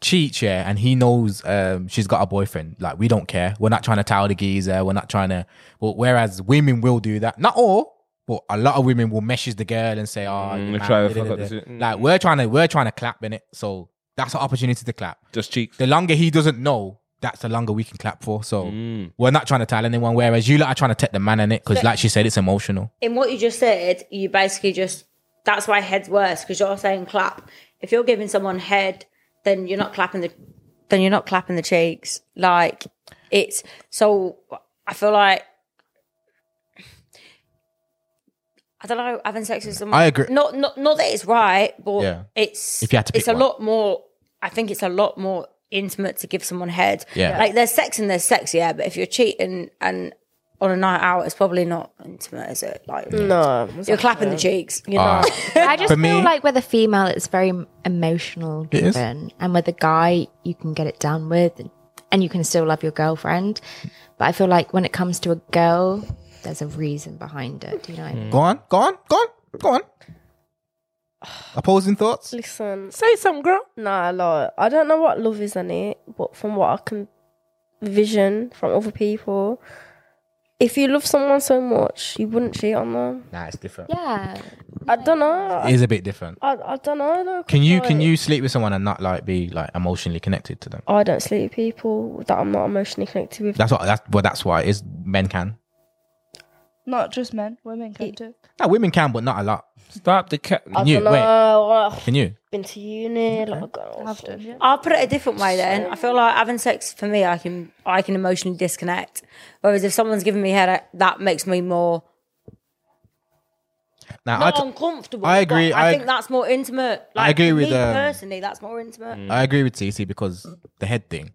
cheats yeah, and he knows um she's got a boyfriend, like we don't care. We're not trying to towel the geezer. We're not trying to. Well, whereas women will do that. Not all. But a lot of women will message the girl and say, "Oh, Mm, you they try man, to fuck up da-da-da-da." the Mm. si- like we're trying to we're trying to clap in it." So that's an opportunity to clap. Just cheeks. the longer he doesn't know, that's the longer we can clap for. So Mm. we're not trying to tell anyone. Whereas you lot are trying to take the man in it because, like she said, it's emotional. in what you just said, you basically just that's why head's worse because you're saying clap. If you're giving someone head, then you're not clapping the then you're not clapping the cheeks. Like it's so I feel like I don't know, having sex with someone I agree. Not not not that it's right, but Yeah. it's If you had to it's pick a one. lot more I think it's a lot more intimate to give someone head. Yeah. Like there's sex and there's sex, yeah, but if you're cheating and on a night out, it's probably not intimate, is it? Like No. you're clapping the cheeks. You know, Uh, I just For feel me- like with a female, it's very emotional is. driven, and with a guy, you can get it done with, and, and you can still love your girlfriend. But I feel like when it comes to a girl, there's a reason behind it. Do you know what I mean? Go on, go on, go on, go on. Opposing thoughts? Listen, Say something, girl. Nah, like I don't know what love is in it, but from what I can vision from other people, if you love someone so much, you wouldn't cheat on them. Nah, it's different. Yeah, I don't know. It is a bit different. I, I don't know. Though, 'cause, Can you can like, you sleep with someone and not like be like emotionally connected to them? I don't sleep with people that I'm not emotionally connected with. That's what that's well that's why it is men can. Not just men, women can It- too. No, women can, but not a lot. Stop the cat. I Can you don't know. wait? I've Can you? been to uni. Like, I've got all I've sorts. done. Yeah. I'll put it a different way. Then I feel like having sex for me, I can I can emotionally disconnect. Whereas if someone's giving me head, that makes me more Now I not t- uncomfortable. I agree, but I, I- think that's more intimate. Like, agree for with, me um, Mm. personally. That's more intimate. I agree with TC because the head thing.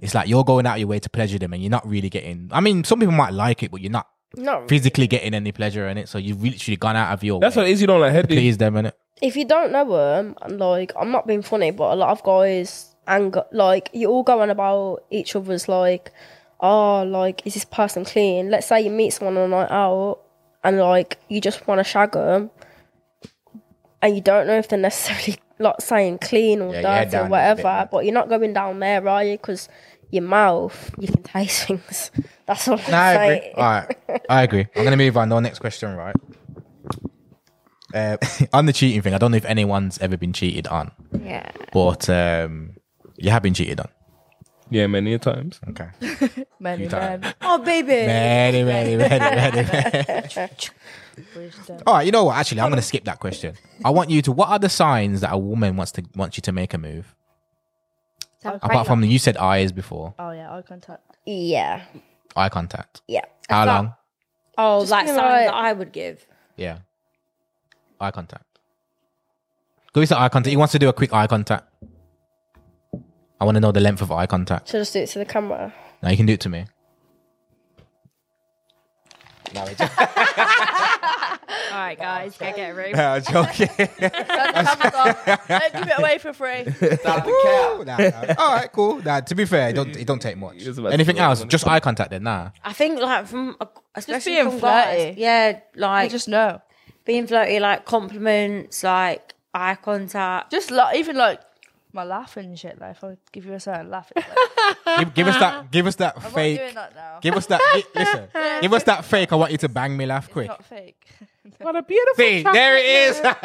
It's like you're going out your way to pleasure them and you're not really getting I mean, some people might like it, but you're not No, physically getting any pleasure in it. So you've literally gone out of your That's way what it is. You don't like head. to please them in it. if you don't know them, and like I'm not being funny, but a lot of guys and like you all go on about each other's like, oh, like is this person clean? Let's say you meet someone on a night out, and like you just want to shag them, and you don't know if they're necessarily like saying clean or Yeah, your head down dirty is a or bit whatever, mad. but you're not going down there, are you? Because your mouth, you can taste things. That's all I'm No, I agree. saying. All right. I agree. I'm going to move on to our next question, right? Uh, on the cheating thing, I don't know if anyone's ever been cheated on, yeah. but um, you have been cheated on. Yeah, many a times. Okay. Men, tired. men. Oh baby, Many, many, many, many, many. All right. You know what? Actually, I'm going to skip that question. I want you to. What are the signs that a woman wants to wants you to make a move? So I'm Apart quite- from you said eyes before, Oh yeah, eye contact. Yeah, eye contact. yeah. How long? Oh, Just like being something like- that I would give. Yeah. Eye contact. Go with the eye contact. He wants to do a quick eye contact. I want to know the length of eye contact. Should I just do it to the camera? Now you can do it to me. All right, guys, go get a room. I'm joking. Don't give it away for free. Woo! Nah, nah. All right, cool. Nah, to be fair, it don't it don't take much. was about to Anything say that, else? wasn't Just eye contact then. Nah. I think like from a- especially being from guys, flirty. yeah, I like just know. being flirty, like compliments, like eye contact. Just like even like my laugh and shit. Like if I give you a certain laugh, it's like, Give, give us that. Give us that I'm not fake. doing that now. Give us that. gi- listen. Give us that fake. I want you to bang me. Laugh quick. Not fake. See, there it is. that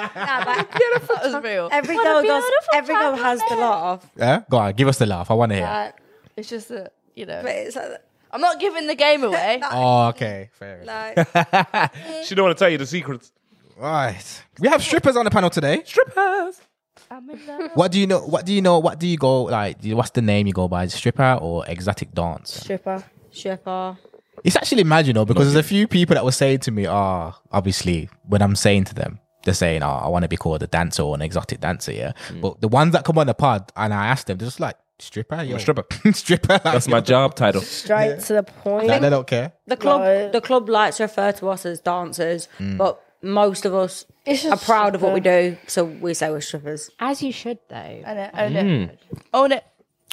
was real. Every girl does. Every girl has the laugh. Yeah? Go on. Give us the laugh. I want to hear. Like, it's just that you know. But it's like, I'm not giving the game away. Oh, okay. Fair. enough. like She don't want to tell you the secrets. Right. We have strippers on the panel today. I'm in love. What do you know? What do you know? What do you go like? do you- What's the name you go by? Stripper or exotic dance? Stripper. stripper. It's actually mad, you know, because there's a few people that were saying to me, "Ah, obviously, when I'm saying to them, they're saying, oh, I want to be called a dancer or an exotic dancer, yeah.' But the ones that come on the pod and I ask them, they're just like stripper, yo. stripper. stripper. like, That's my job title. Straight to the point. Like, they don't care. The club, Like- the club likes to refer to us as dancers, Mm. but most of us It's just are proud of what we do, so we say we're strippers. As you should, though. Own it. Own Mm. it. Own it.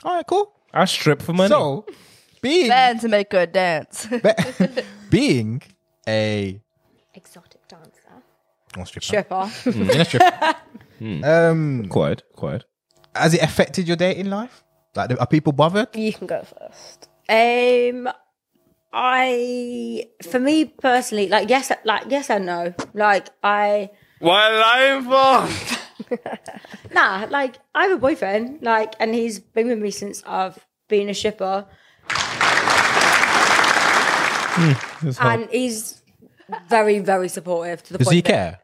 All right, cool. I strip for money. So, being Learn to make good dance. being a Exotic dancer. oh, stripper. Stripper. Mm, yeah, stripper. um, quiet, quiet. has it affected your dating life? Like, are people bothered? You can go first. Um, I, for me personally, like yes, like yes and no. Like I, Why lying for? nah, like I have a boyfriend, like, and he's been with me since I've been a shipper, Hmm, and he's very, very supportive to the Does point. he that- care?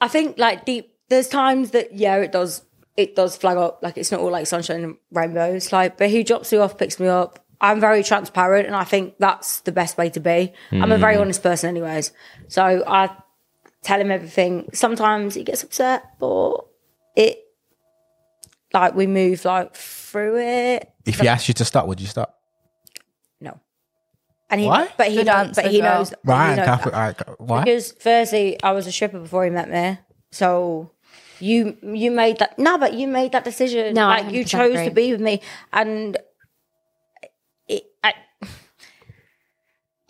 I think like deep. There's times that yeah, it does. It does flag up. Like it's not all like sunshine and rainbows. Like, but he drops me off, picks me up. I'm very transparent, and I think that's the best way to be. I'm a very honest person, anyways. So I tell him everything. Sometimes he gets upset, but it like we move like through it. If he asked you to stop, would you stop? No, and he Why? but he Good knows, but answer, he girl. knows Right, he knows Catholic. that. All right, why? Because firstly, I was a stripper before he met me, so you you made that no, but you made that decision. No, I like you 100% chose to agree. be with me, and it, I,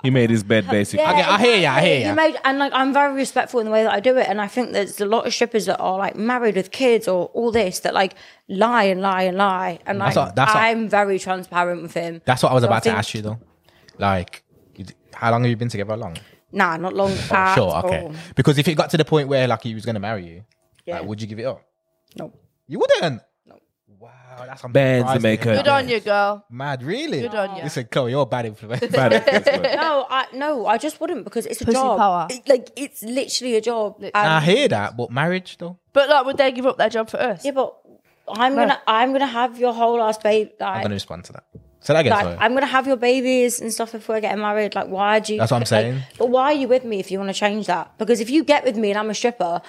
He made his bed basically. yeah, Okay, I hear ya, I hear exactly. ya. You made and like I'm very respectful in the way that I do it, and I think there's a lot of strippers that are like married with kids or all this that like lie and lie and lie, and like That's what- that's what- I'm very transparent with him. That's what I was So I about to think- ask you though. Like, you d- how long have you been together? How long? Nah, not long. at Oh, sure, okay. all. Because if it got to the point where like he was gonna marry you, Yeah. like, would you give it up? No. You wouldn't. No. Wow, that's I'm Bands surprised make to hear her- Good that. on you, girl. Mad, really? Good on you. Listen, Chloe, you're a bad influence. Bad at this one. No, I no, I just wouldn't because it's a Pussy job. power. It- like it's literally a job. And- I hear that, but marriage though. But like, would they give up their job for us? yeah, but I'm gonna I'm gonna have your whole ass baby. I'm Like, gonna respond to that. So that again, like, sorry. I'm gonna have your babies and stuff if we're getting married. Like, why do you? That's what I'm like, saying. But why are you with me if you want to change that? Because if you get with me and I'm a stripper,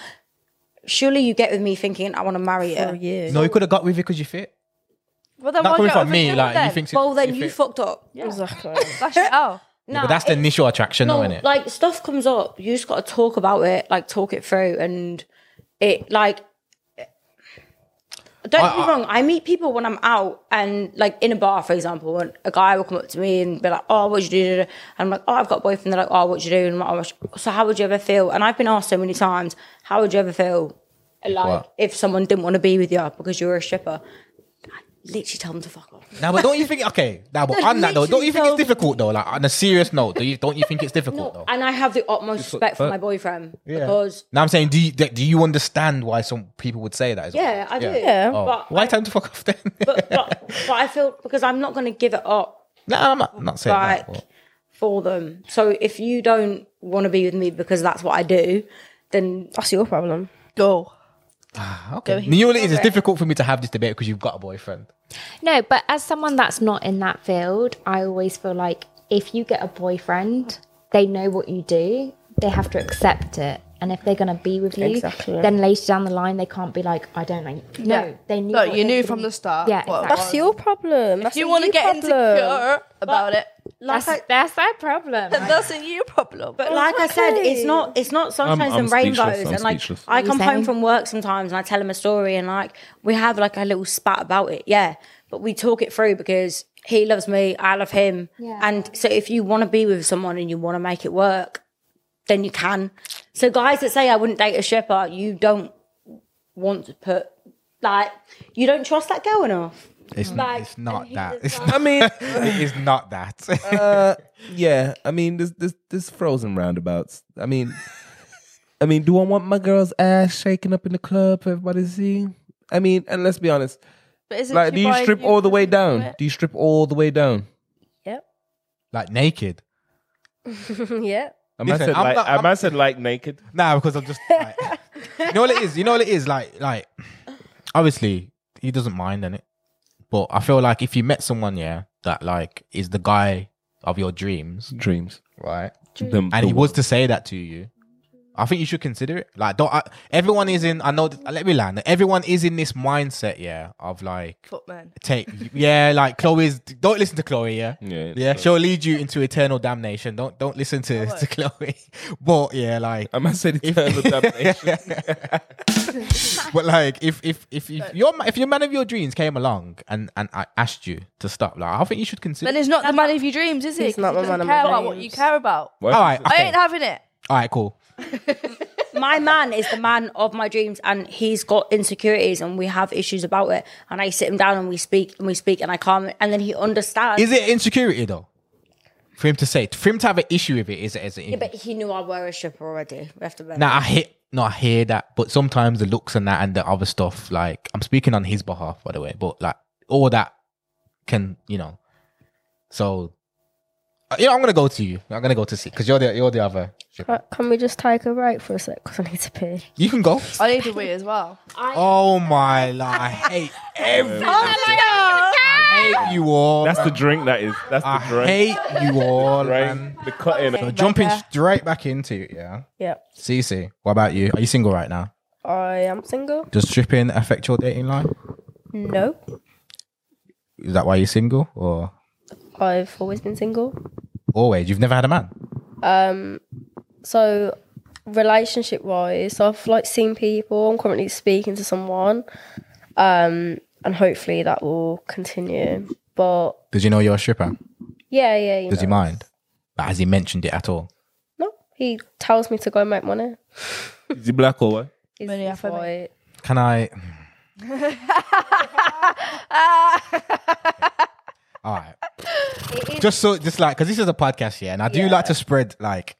surely you get with me thinking I want to marry you. Yeah. No, you could have got with you because you fit. Well, then Not why coming get from a me, virgin like then? you think. Well, then you you fit. fucked up. Exactly. Lash it out. Nah, But that's the it- initial attraction, though, No, isn't it? like stuff comes up. You just got to talk about it, like talk it through, and it like. Don't get me wrong. I meet people when I'm out and like in a bar, for example, and a guy will come up to me and be like, "Oh, what you do?" And I'm like, "Oh, I've got a boyfriend." They're like, "Oh, what you do?" And I'm like, oh, so, how would you ever feel? And I've been asked so many times, "How would you ever feel?" Like What? if someone didn't want to be with you because you were a stripper, I literally tell them to fuck off. Now, but don't you think? Okay, now, but No, on that though, don't you think literally, it's difficult though? Like on a serious note, do you don't you think it's difficult No, though? and I have the utmost respect for my boyfriend because Now I'm saying, do you do you understand why some people would say that? Is yeah, I do. Yeah. Oh, But why time to fuck off then? but, but, but I feel because I'm not going to give it up no, I'm not, not saying like that. but- for them. So if you don't want to be with me because that's what I do, then That's your problem. Go. Okay. You know what it is? It's difficult for me to have this debate because you've got a boyfriend. No, but as someone that's not in that field, I always feel like if you get a boyfriend, they know what you do, they have to accept it. And if they're going to be with you, Exactly. then later down the line, they can't be like, I don't like you. No, Yeah. they knew. No, what you they knew could- from the start Yeah, what it exactly. That's your problem. That's you want to get insecure about it. That's, that's their problem. That's a you problem. But like I said, it's not it's not sunshines I'm and rainbows. speechless, I'm and like speechless. I come saying? home from work sometimes and I tell him a story and like we have like a little spat about it, yeah. But we talk it through because he loves me, I love him. Yeah. And so if you want to be with someone and you want to make it work, then you can. So guys that say I wouldn't date a shepherd, you don't want to put like you don't trust that girl enough. It's, Like, it's not and he that. just It's like- not, I mean, it is not that. uh, yeah. I mean, there's, there's there's frozen roundabouts. I mean, I mean, do I want my girl's ass shaking up in the club for everybody to see? I mean, and let's be honest. But isn't Like, she do you buying strip you all the way presents for down? it? Do you strip all the way down? like naked. yeah. I man Listen, said I'm like- not- I man I'm- said like naked. Nah, because I'm just. Like, you know what it is. You know what it is. Like, like, obviously he doesn't mind, and it. But I feel like if you met someone, yeah, that like is the guy of your dreams, Dreams. right? The- and the he one. was to say that to you, I think you should consider it. Like, don't I, everyone is in? I know. th- Let me land. Everyone is in this mindset, yeah, of like Fuck, man. take, yeah, like Chloe's. Don't listen to Chloe, yeah. Yeah. Yeah, she'll lead you into eternal damnation. Don't don't listen to, to Chloe. But yeah, like I man said eternal damnation. but like if if if, if your ma- if your man of your dreams came along and and I asked you to stop, like I think you should consider. Then he's not the man of your dreams, is he? He's not 'Cause he the man doesn't of my care about what you dreams. care about. Why all right, I okay. ain't having it. all right, cool. my man is the man of my dreams and he's got insecurities and we have issues about it and i sit him down and we speak and we speak and i calm and then he understands Is it insecurity though? For him to say, for him to have an issue with it, is it? Is it? but he knew i were a stripper already we have to remember. now I hit. No, I hear that, but sometimes the looks and that and the other stuff. Like I'm speaking on his behalf, by the way, but like all that can you know. So, uh, you know, I'm gonna go to you. I'm gonna go to see because you're the you're the other. Can we just take a break for a sec? Because I need to pee. You can go. I need a wee as well. Oh my! Like, I hate Oh, everything. I hate you all. That's the man. drink. That is. That's the I drink. hate you all, right? man. The cutting. So jumping straight back into it, yeah. Yeah. Cece, what about you? Are you single right now? I am single. Does stripping affect your dating life? No. Is that why you're single, or I've always been single. always? You've never had a man. Um, so relationship wise, I've like seen people. I'm currently speaking to someone, um, and hopefully that will continue. But Does you know you're a stripper? yeah, yeah, you Does he know. mind? Like, has he mentioned it at all? No, he tells me to go make money. Is he black or white? He's, Money he's off of me. white. Can I? all right. Just so, just like, because this is a podcast, yeah, and I do like to spread like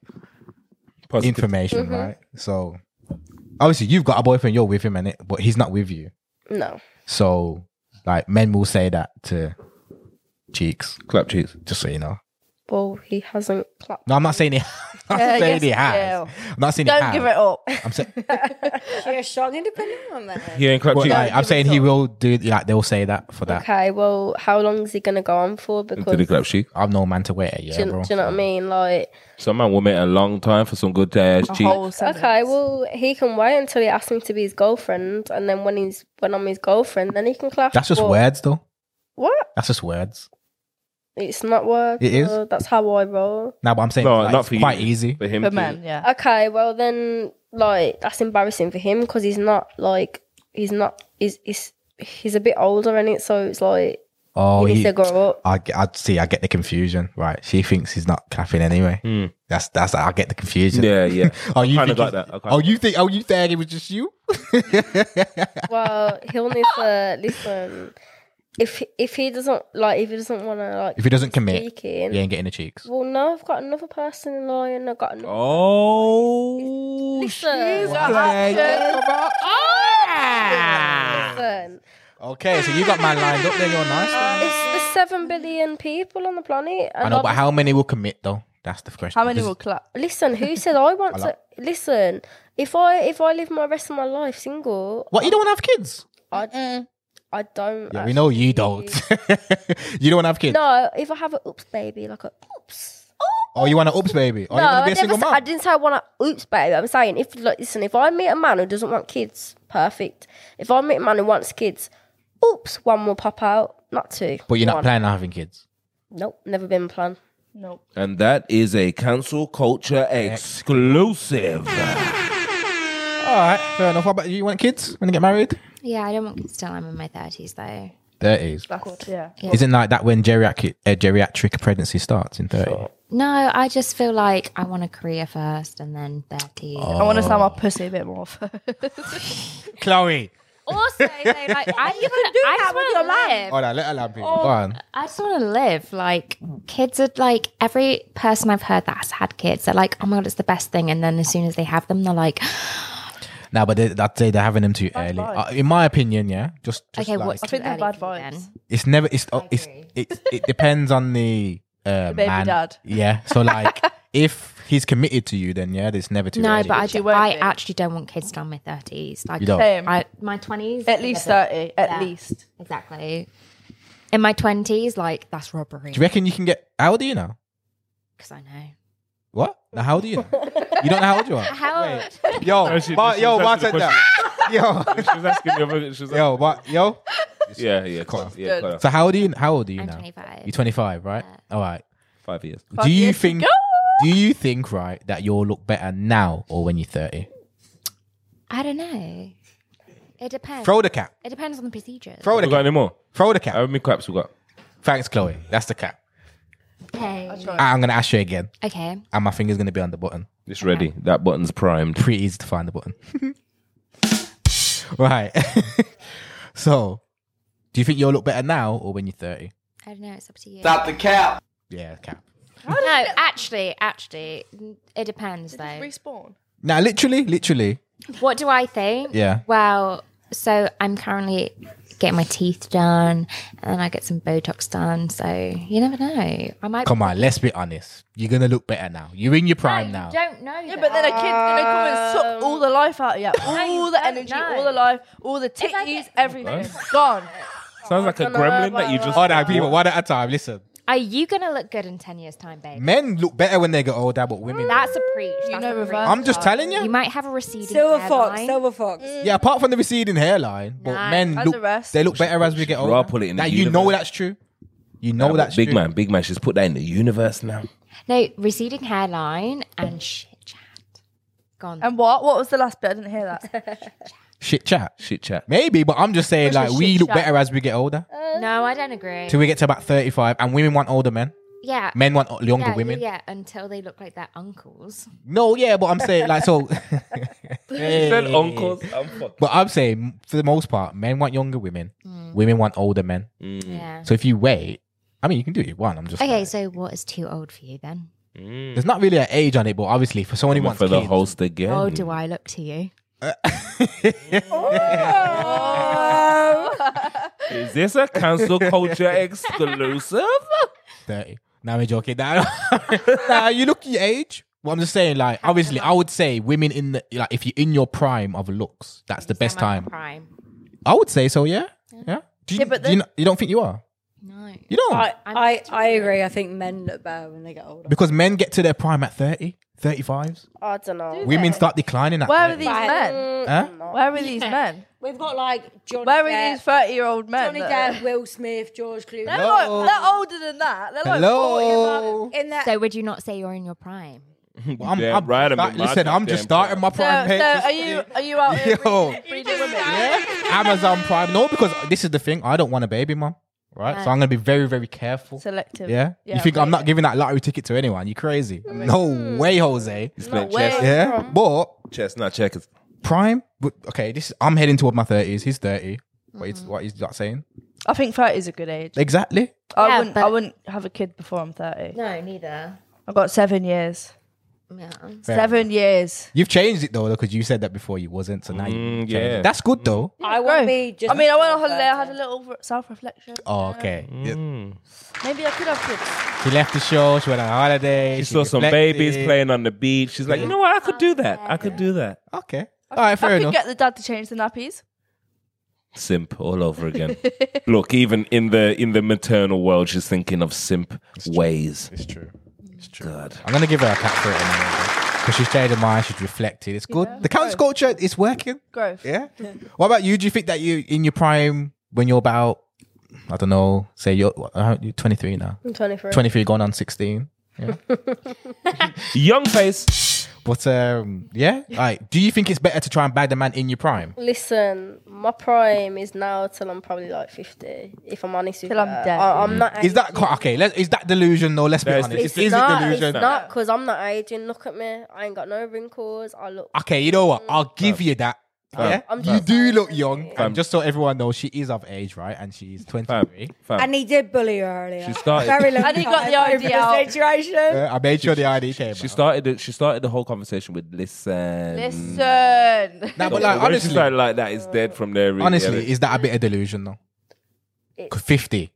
Positive. information, Mm-hmm. right? So obviously you've got a boyfriend, you're with him and it, but he's not with you. No, So like men will say that to cheeks, Clap cheeks. just so you know. well, he hasn't clapped. No, I'm not saying he, I'm not Yeah, I saying guess- he has. yeah. I'm not saying he Don't has. give it up. I'm, saying, you're a strong independent woman then. He ain't clap but, cheeks. like, I'm saying he will do like they'll say that for that. Okay, well, how long is he gonna go on for? Into Because the do, clap cheek. I'm no man to wait a year, you- bro. do you know what I mean? Like, Some man will wait a long time for some good ass A cheeks. whole sentence. okay, well, he can wait until he asks me to be his girlfriend, and then when he's when I'm his girlfriend, then he can clap. That's just But- words though. What? That's just words. It's not work. It is. uh, That's how I roll. No, but I'm saying No, like, not it's for you. quite easy. For him. But to- man, yeah. Okay, well then, like that's embarrassing for him because he's not like he's not he's he's he's a bit older and it, so it's like Oh, he he, needs to grow up. I, get- I see. I get the confusion. Right, she thinks he's not clapping anyway. Hmm. That's that's. I get the confusion. Yeah, yeah. Oh, you I kinda think got he's- that. I kinda Oh, you think? Oh, you think it was just you? well, he'll need to listen. If if he doesn't like, if he doesn't want to like, If he doesn't commit, speak in, you ain't getting the cheeks. well, no, I've got another person in line. I've got another. Oh. Listen, listen. Okay, so you got man lined up. Then you're nice. Then. It's the seven billion people on the planet. I And know, but I've- how many will commit though? That's the question. How many Because- will clap? Listen, who said I want I to? Listen, if I if I live my rest of my life single, What you don't want to have kids? I I don't. Yeah, we know you actually- don't. you don't want to have kids. No, if I have an oops baby, like a oops, Oh, you want to oops, baby? Oh, you want to be I, a single never, sa- I mom? didn't say I want to. Oops, baby. I'm saying if like, listen, if I meet a man who doesn't want kids, perfect. If I meet a man who wants kids, oops, one will pop out, not two. But you're not One. planning on having kids. Nope, never been a plan. Nope. And that is a cancel culture exclusive. All right, fair enough. What about you? You want kids? Want to get married? Yeah, I don't want kids till I'm in my 30s, though. Thirties. Good. Yeah. Isn't like that when geriatric uh, geriatric pregnancy starts in thirty? No, I just feel like I want a career first and then 30. I want to sell Oh. my pussy a bit more. Chloe. Also, though, like, I just want to I just wanna live. Oh, no, let her lamp in. Go on. I just want to live. Like, kids are like, every person I've heard that's had kids, they're like, oh my God, it's the best thing. And then as soon as they have them, they're like, No, but they, that they, they're having them too early. Uh, in my opinion, yeah. Just, just okay, like- what's I think too they're early bad for you vibes. then? It's never. It's oh, it's agree. it. It depends on the, uh, baby man. dad. Yeah. So like, if he's committed to you, then yeah, it's never too No, early. but I, Which you d- won't I be. actually don't want kids down my 30s. Like, You don't. Same. I, my 20s? At least never. 30. At Yeah. least. Exactly. In my 20s, like, that's robbery. Do you reckon you can get? How old are you now? Because I know. What? Now, how old are you? Now? you don't know how old you are. How old? Yo, she- Mar- she yo, was asking Martin. the Yo, she was asking the other. She was yo, Mar- yo. yeah, yeah, cut, yeah, cut off. So how old are you? How old are you I'm now? 25. You're 25, right? All right. Five years. do you think? Do you think right that you'll look better now or when you're 30? I don't know. It depends. Throw the cap. it depends on the procedures. Throw the We got cap. any more? Throw the cap. How many craps we got? Oh. Thanks, Chloe. That's the cap. okay. I'm gonna ask you again, Okay. and my finger's gonna be on the button. It's ready. That button's primed. Pretty easy to find the button. right. so, do you think you'll look better now or when you're 30? I don't know. It's up to you. Yeah, cap. Oh, no, actually, actually, it depends though. Respawn. Now, literally, literally, What do I think? yeah. Well, so I'm currently getting my teeth done, and then I get some Botox done. So you never know. I might. Come on, let's be honest. You're gonna look better now. You're in your prime No, now. you don't know. Yeah, But then a kid's gonna come and suck all the life out of you. All the don't energy, know. all the life, all the I titties, get- everything. Gone. Sounds like a gremlin that you just. Oh no, people, one at a time. Listen, are you gonna look good in ten years' time, babe? men look better when they get older, but women. That's a preach. That's know a preach. reverse. I'm just telling You you. might have a receding Silver fox, hairline. silver fox. Yeah, apart from the receding hairline, but Nah, men and look. the rest. They look better as we get Raw, older. pull it in the That you know universe. that's true. You know that's big true. man, big man. She's put that in the universe now. No, receding hairline and shit chat. Gone. And what? What was the last bit? I didn't hear that. Shit chat. Chit chat. Maybe, but I'm just saying, like, we shit look chat? better as we get older. no, I don't agree. Till we get to about 35, and women want older men. yeah. Men want o- younger yeah, women. Yeah, until they look like their uncles. No, yeah, but I'm saying, like, so. Said uncles. I'm fucked. But I'm saying, for the most part, men want younger women, Mm. women want older men. Mm. Yeah. So if you wait, I mean, you can do it. One, I'm just Okay, like- so what is too old for you then? there's not really an age on it, but obviously for someone who Coming wants for the kids, host again. Oh, do I look to you? Is this a cancel culture exclusive? thirty. Now I'm joking. Now, now you look your age. Well, I'm just saying, like, obviously, I would say women in the like, if you're in your prime of looks, that's the best Am I in time. my Prime. I would say so. Yeah, yeah. Do you, Yeah, but do you, not, you don't think you are? No. You don't, I, I, I agree. I think men look better when they get older. because men get to their prime at 30, 35s. I don't know. Women start declining at. Where are 30. these men? Huh? Where are these men? We've got like Johnny Where are Depp, these 30 year old men? Johnny that- Depp, Will Smith, George Clooney. They're, like, they're older than that. They're like Hello? 40 In that, So would you not say you're in your prime? Well, I'm, Damn I'm right, I'm start- in my listen, I'm goddamn just starting my prime. So, page. so are you are you out here Yo. breeding, breeding women? Amazon Prime. No, because this is the thing. I don't want a baby mom, right? So I'm gonna be very, very careful. Selective. yeah? you think I'm not giving that lottery ticket to anyone? You crazy? No hmm. way, Jose. It's like way. chess, Yeah, but chess, not checkers. Prime. but- Okay, this I'm heading toward my thirties. He's thirty. What he's Mm-hmm. what he's not saying I think 30 is a good age. exactly. I Yeah, wouldn't but- I wouldn't have a kid before I'm 30. No, neither. I've got seven years. Yeah. Seven years. You've changed it though, because you said that before you wasn't. So now you changed Mm, yeah. it. That's good though. Mm. I want to be just. I mean, I went on holiday. I had a little self reflection. Oh, okay. Mm. Maybe I could have kids. She left the show. She went on holiday. She saw some reflected. babies playing on the beach. She's like, you know what? I could do that. I could do that. Okay. All right. Fair I could enough. get the dad to change the nappies. Simp all over again. Look, even in the in the maternal world, she's thinking of simp ways. it's true. God. I'm gonna give her a clap for it anyway, because she's changed her mind. She's reflected. It's good. The council culture is working. Growth. Yeah. What about you? Do you think that you in your prime when you're about, I don't know, say you're, what, how- you're 23 now, I'm 23. 23 going on 16. Young face. But um, yeah, like, do you think it's better to try and bag the man in your prime? Listen, my prime is now till I'm probably like 50, if I'm honest with Till you. I'm dead. I, am not Is that aging. quite- okay? Let, is that delusion? No, let's be There's- honest. it's is not, it delusion? It's not, because I'm not aging. Look at me. I ain't got no wrinkles. I look. Okay, you know what? I'll give you that. yeah? Mm. I'm you just do saying. look young. Fam. And just so everyone knows, she is of age, right? And she's 23. Fam. And he did bully her earlier. She started- Very long And he got the time over idea out. situation. Yeah, I made sure the ID came. She out. started. It, she started the whole conversation with listen. Listen. Nah, but When like, she honestly, started like that, it's dead from there. Really, honestly, innit? is that a bit of delusion though? It's- 50.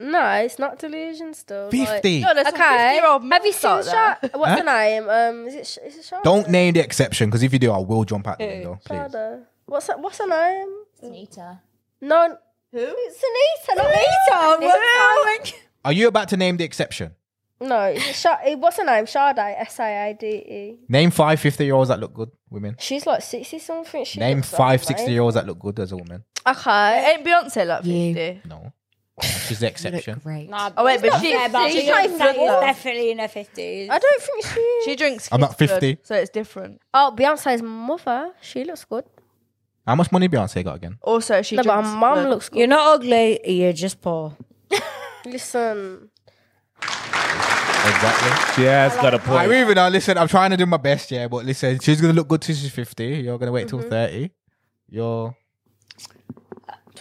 No, it's not delusion still. like- 50. No, there's some Okay. 50-year-old Have you monks out seen there. Sha- What's Huh? her name? Um, is it, Sh- is it Shada? Don't name the exception because if you do, I will jump out the window. Please. Shada. What's her, what's her name? Nita. No. Who? It's Anita. Not Anita. Are you about to name the exception? No, is it Sha- eh, what's her name? Sade. S A I D E. Name five 50 year olds that look good, women. She's like sixty something. She name looks like five a 60 mate. year olds that look good as a woman. Okay. Ain't Beyonce like 50? You. No. She's the exception. Great. Oh, wait, but she, she's she, not drinks even good good. though. definitely in her 50s. I don't think she. She drinks I'm not kids' 50. Blood, so it's different. oh, Beyonce's mother. She looks good. How much money Beyonce got again? Also, she No, but drinks her mum blood. looks good. You're not ugly, you're just poor. Listen. Exactly. she has got a Like, point. even though, listen, I'm trying to do my best, yeah, but listen, she's going to look good till she's 50. You're going to wait till 30. You're.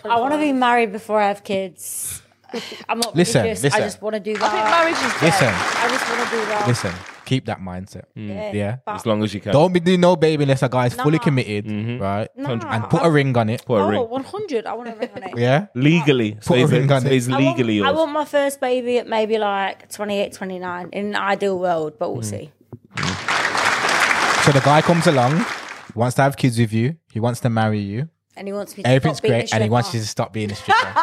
I want to be married before I have kids. I'm not Listen, religious. listen. I just want to do I think that. marriage is dead. Listen, I just want to do that. listen, keep that mindset. Yeah. but- As long as you can. Don't be doing no baby unless a guy is fully Nah. committed, right? Nah. And Mm-hmm. put a ring on it. Put a Oh, ring. 100. I want to ring on it. Yeah. Legally, so Put a it's, ring on so it. it's I want- legally I yours. want my first baby at maybe like 28, 29 in an ideal world, but we'll Hmm. see. So the guy comes along, wants to have kids with you, he wants to marry you. And he wants me to Everything's stop being great, a and he wants you stripper. to stop being a stripper.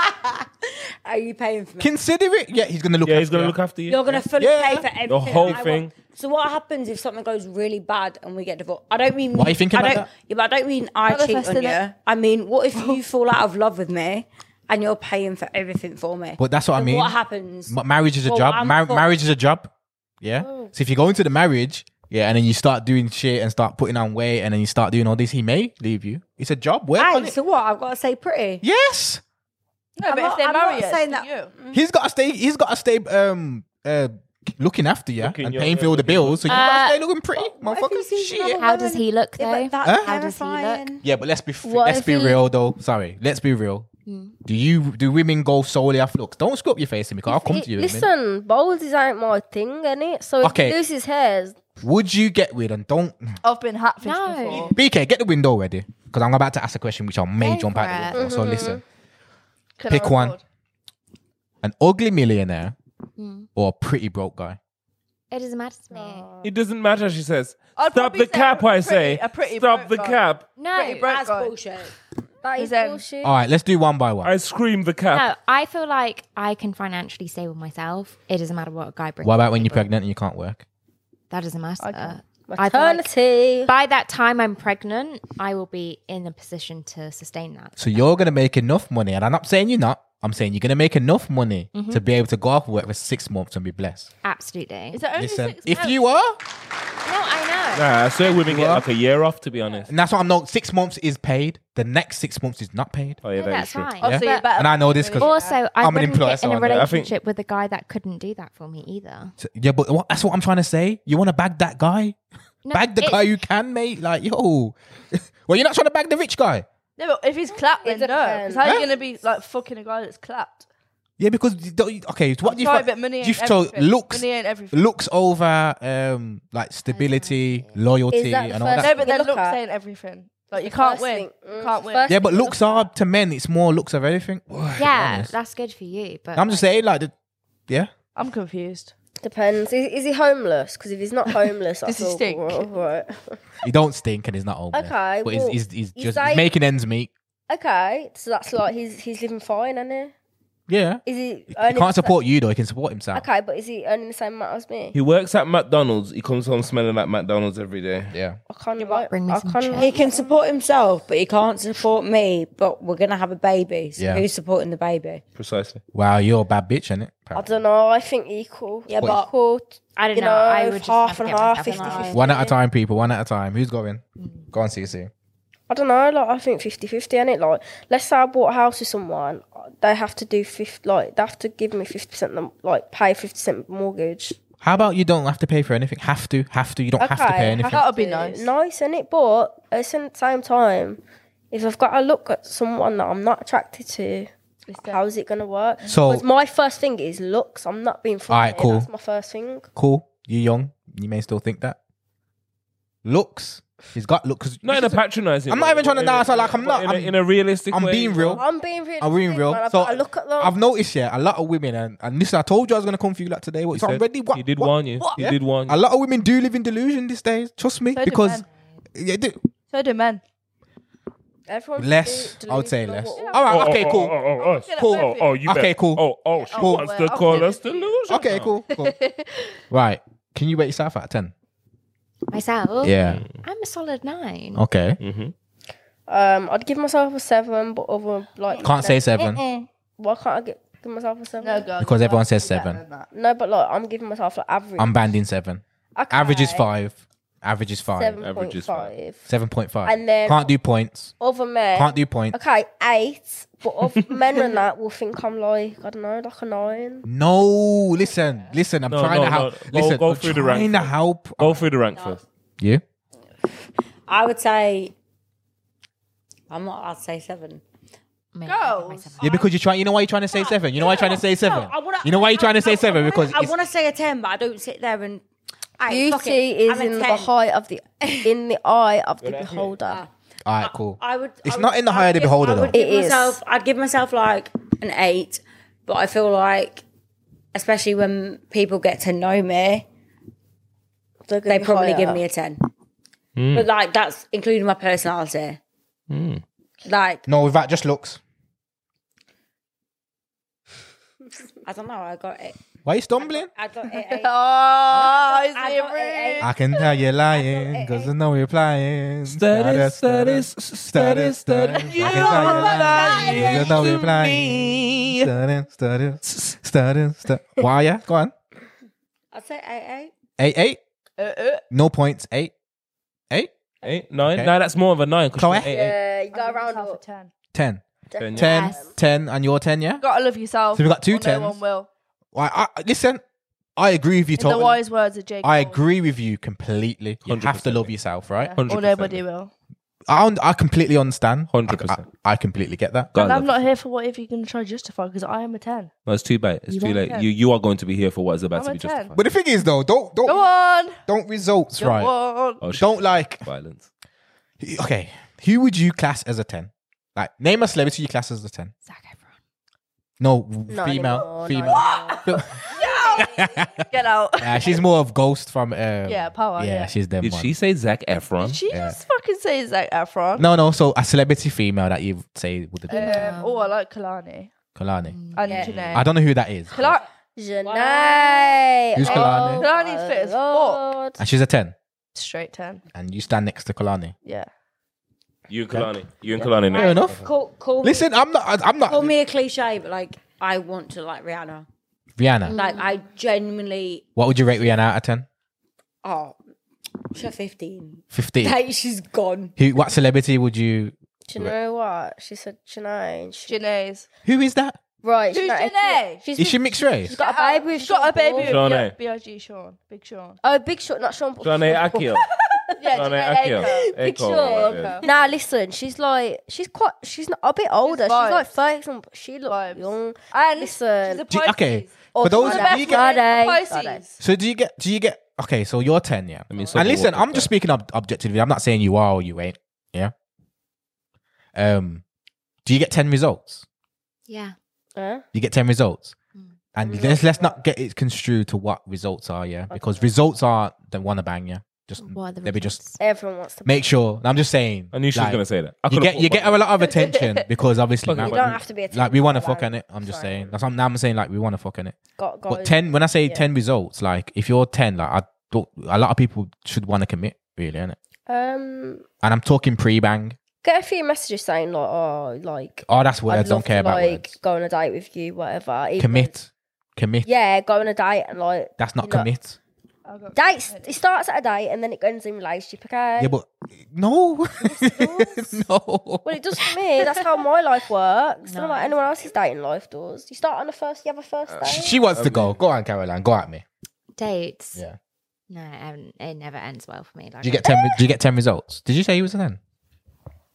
Are you paying for me? Consider it. Yeah, he's gonna look. yeah, he's after gonna you. look after you. You're gonna fully Yeah. pay for everything. The whole I want. thing. So what happens if something goes really bad and we get divorced? I don't mean. Why are you thinking I about don't- that? Yeah, but I don't mean I cheat on Manifesting you. it. I mean, what if you fall out of love with me and you're paying for everything for me? But that's what I Then mean. What happens? Ma- marriage is a Well, job. I'm Oh. Mar- for- marriage is a job. Yeah. So if you go into the marriage, yeah, and then you start doing shit and start putting on weight, and then you start doing all this, he may leave you. It's a job. Work on Aye, it. so what? I've got to say pretty. yes, No, I'm but not- if they I'm marry not us, saying then that- you. he's got to stay. He's got to stay. Um. Uh. Looking after you Looking and your- paying for all the looking your- bills, so you gotta stay looking pretty, Uh, if he motherfucker. sees Shit. another How does he look though? Yeah, but that's Huh? How does he terrifying. Yeah, but let's be f- What let's if be he- Hmm. real though. Sorry, let's be real. Do you do women go solely off looks? Don't screw up your face in because I'll come It- to you. in a minute. listen, balls is ain't my thing, innit? So if Okay. he loses hairs, Would you get with and don't I've been hatfished No. before. BK get the window ready because I'm about to ask a question which I may Go jump for out. The window. Mm-hmm. So listen, Can I Pick one. record? an ugly millionaire Hmm. or a pretty broke guy. It doesn't matter to me. It doesn't matter, she says. I'd Stop the probably say cap, a I pretty- say. a pretty Stop broke the guy. cap. No, broke That's guy. bullshit. that is Then- bullshit. All right, let's do one by one. I scream the cap. No, I feel like I can financially stable myself. It doesn't matter what a guy brings. what about when you're to the table. pregnant and you can't work? That doesn't matter. I feel like Maternity. by that time I'm pregnant, I will be in a position to sustain that. So you're gonna make enough money, and I'm not saying you're not. I'm saying you're gonna make enough money Mm-hmm. to be able to go off work for six months and be blessed. Absolutely. Is it only Listen, six if months? you are, No, I know. Nah, I swear women get like a year off, to be honest. and that's what I'm not. Six months is paid. The next six months is not paid. Oh, yeah, No, that is that's true. fine. Oh, so But you better And I know this 'cause- also, I I'm an wouldn't employer, get in a so I know. I think- relationship with a guy that couldn't do that for me either. So- Yeah, but what, that's what I'm trying to say. You want to bag that guy? No, bag the it- guy you can, mate. Like, yo. well, you're not trying to bag the rich guy. No, but if he's clapped, then It no. 'Cause depends. How are Huh? you gonna be like fucking a guy that's clapped? Yeah, because you don't- okay, so what do you Sorry, fi- but money do you ain't so everything. looks Money ain't everything. looks over um like stability, loyalty, Is that the and all first- that. No, but then Look looks at- ain't everything. Like you the can't first win. thing. Mm, You can't win. first- yeah, but looks are to men. It's more looks of everything. Yeah, honest. that's good for you. But I'm just like, saying, like, the, yeah. I'm confused. Depends. Is, is he homeless? Because if he's not homeless, I Does he feel stink? all right. He don't stink and he's not homeless. Okay, but well, he's, he's, he's you just say- he's making ends meet. Okay, so that's like he's he's living fine, isn't he? Yeah. Is he? He earning the can't sa- support you though. He can support himself. Okay, but is he earning the same amount as me? He works at McDonald's. He comes home smelling like McDonald's every day. Yeah. I can't. Like, Bring me I some can't. chips. He can support himself, but he can't support me. But we're gonna have a baby. So Yeah. who's supporting the baby? Precisely. Wow, you're a bad bitch, is it? I don't know. I think equal. Yeah, but- equal. I don't You know. I know, would just half never and get myself half, in 50, line. One at a time, people. One at a time. Who's going? Go on, CC. I don't know. Like I think 50-50, and it like let's say I bought a house with someone, they have to do fifth. Like they have to give me fifty percent. Like pay fifty percent mortgage. How about you don't have to pay for anything? Have to, have to. You don't have to pay anything. that would be nice. Nice, and it, but at the same time, if I've got to look at someone that I'm not attracted to, how's it gonna work? So- 'Cause my first thing is looks. I'm not being funny. Alright, cool. That's my first thing. cool. You're young. You may still think that. Looks. He's got looks. Not in a patronising. I'm not way, even trying to but in a- nah, so like, I'm but not- In a, I'm- in a realistic. I'm way. being real. I'm being real. I'm being real. So I look at them. I've noticed, yeah, a lot of women, and, and listen, I told you I was going to come for you like today. What, so I'm said- ready. What, he did what- warn you. what? He did warn you. A lot of women do live in delusion these days. Trust me, So do because men. yeah, do- So do men. Everyone's less. de- I would say delusional, less. what- All right. Okay. oh, Cool. Oh, oh, oh, at Cool. both of you. you Okay, bet. cool. Oh, oh, she Cool. wants to Well, call okay. us delusional. Okay. Cool. Cool. right. Can you rate yourself out of ten? Myself? Yeah. Oh. I'm a solid nine. Okay. Mm-hmm. Um, I'd give myself a seven, but other like Can't say seven Why can't I get, give myself a seven? No girl. because everyone says seven. No, but like I'm giving myself like average. I'm banding seven. Okay. Average is five. Average is five. Seven Average point is five. five. Seven point five. And then- can't do points. Other men Can't do points. Okay, eight, but other men and that will think I'm like I don't know, like a nine. No, listen, listen. I'm No, trying no, to no. help. Go- Listen, go I'm through the trying rank to first. help. Go through the rank first. You? I would say I'm not I'd say seven. Me, I give myself Yeah, because you're trying. You know why you're trying to say seven. You know why you're trying to say seven. You know why you're trying to say seven because I it's- wanna say a ten, but I don't sit there and Aight, fuck Beauty it, is I'm a in the 10. height of the in the eye of the beholder. all right, cool. I would. It's I would- not in the I higher would the give- beholder, I would though. give It is. myself- I'd give myself like an eight, but I feel like, especially when people get to know me, They're gonna they be probably higher. give me a ten. But like that's including my personality. Like No, with that just looks. I don't know. I got it. Why are you stumbling? I got it. eight. Oh, he's I being eh? got it. rude. eight. I can tell you're lying because I know you're plying. Status, status, status, status. I can tell you're lying 'cause I know you're plying. Status, status, status, status. Why? Yeah, go on. I'd say eight, eight. Eight, eight. Uh, uh. No points. Eight, eight, Eight, nine. Okay. No, that's more of a nine. 'cause Chloe? she's eight, eight. Uh, Yeah, you go Give around. yourself a up. ten. ten. Ten, yeah. 10, 10, and you're 10, yeah? Gotta love yourself. So we've got two or tens. No one will. Why? I, listen, I agree with you, In the totally. wise words of Jake. I agree with you completely. You have to 100%. love yourself, right? Or 100%. nobody will. I, un- I completely understand. I- 100%. I, I completely get that. God, And I'm love not here for what if you're going to try to justify because I am a 10. No, it's too bad. It's too late. You you are going to be here for what is about I'm to a be 10. justified. But the thing is, though, don't Go don't on. don't results, Go right? on. Oh, shit. Don't like. violence. Okay, who would you class as a ten? Like, name a celebrity you class as a ten. Zac Efron. No, female, anymore, female. not Get out. Nah, she's more of Ghost from. Um, Yeah, Power, yeah. she's them. Did one. she say Zach Efron? She just fucking says Zac Efron. No, no. So a celebrity female that you say would have been Um, oh, I like Kalani. Kalani. And Janae. I don't know who that is, Kalani. Janae. Who's Kalani? Oh, Kalani's my fit as fuck. Lord. and she's a ten. Straight 10. And you stand next to Kalani. Yeah. You and Kalani. You and Kalani. Fair now. enough. Call, call me, Listen, I'm not. I'm not call me a cliche, but like I want to like Rihanna. Rihanna. Like I genuinely What would you rate Rihanna out of ten? oh, she's fifteen. Fifteen. Like she's gone. Who? What celebrity would you? Do you know what she said? Janae. and She, Janae's. Who is that? right. Who's Janae- Janae? She's Is she mixed race? she's got a baby. with She's got a Sean baby Paul. with Sean yeah, A. B.I.G. Sean. Big Sean. Oh, Big Shot, not Sean Paul. Kalani Akio. Yeah, Kalani Janae Akio. Big Echo, Sean. yeah. Nah, listen, she's like, she's quite, she's not a bit older. She's, vibes. like 30 something, but she looks Vibes. young. And Listen. she's a Do you- Pisces. okay. Oh, For those she's of the you best get, one. Friday. Pisces. so do you get? Do you get? Okay, so you're ten, yeah. I mean, and Summer listen, Walker's I'm just there. speaking ob- objectively. I'm not saying you are or you ain't. Yeah. Um, do you get ten results? Yeah. Huh? You get ten results, Mm. and let's let's not get it construed to what results are, yeah, because results are the wanna bang, yeah. Just What are the maybe just reasons? Everyone wants to. make sure. I'm just saying. I knew she was like, gonna say that. I you could've get thought you about get a lot of attention because obviously man, you don't have to be a like we want to fuck fucking on it. I'm just saying. That's what I'm, I'm saying. Like we want to fuck on it. Got, got But ten when I say ten results, like if you're ten, like I don't, a lot of people should want to commit, really, innit? Um, And I'm talking pre-bang. get a few messages saying like, oh, like Oh, that's words. I'd love don't care to, about like words. go on a date with you, whatever. Even- Commit, commit. Yeah, go on a date and like That's not you know- commit. dates. It starts at a date and then it ends in relationship. Okay. Yeah, but no, no. Well, it does for me. That's how my life works. Not like anyone else's dating life does. You start on a first, you have a first She, date. she wants to go. Go on, Caroline. Go at me. Dates. Yeah. No, um, it never ends well for me. Like Did you get ten? re- Did you get ten results? Did you say you was a ten?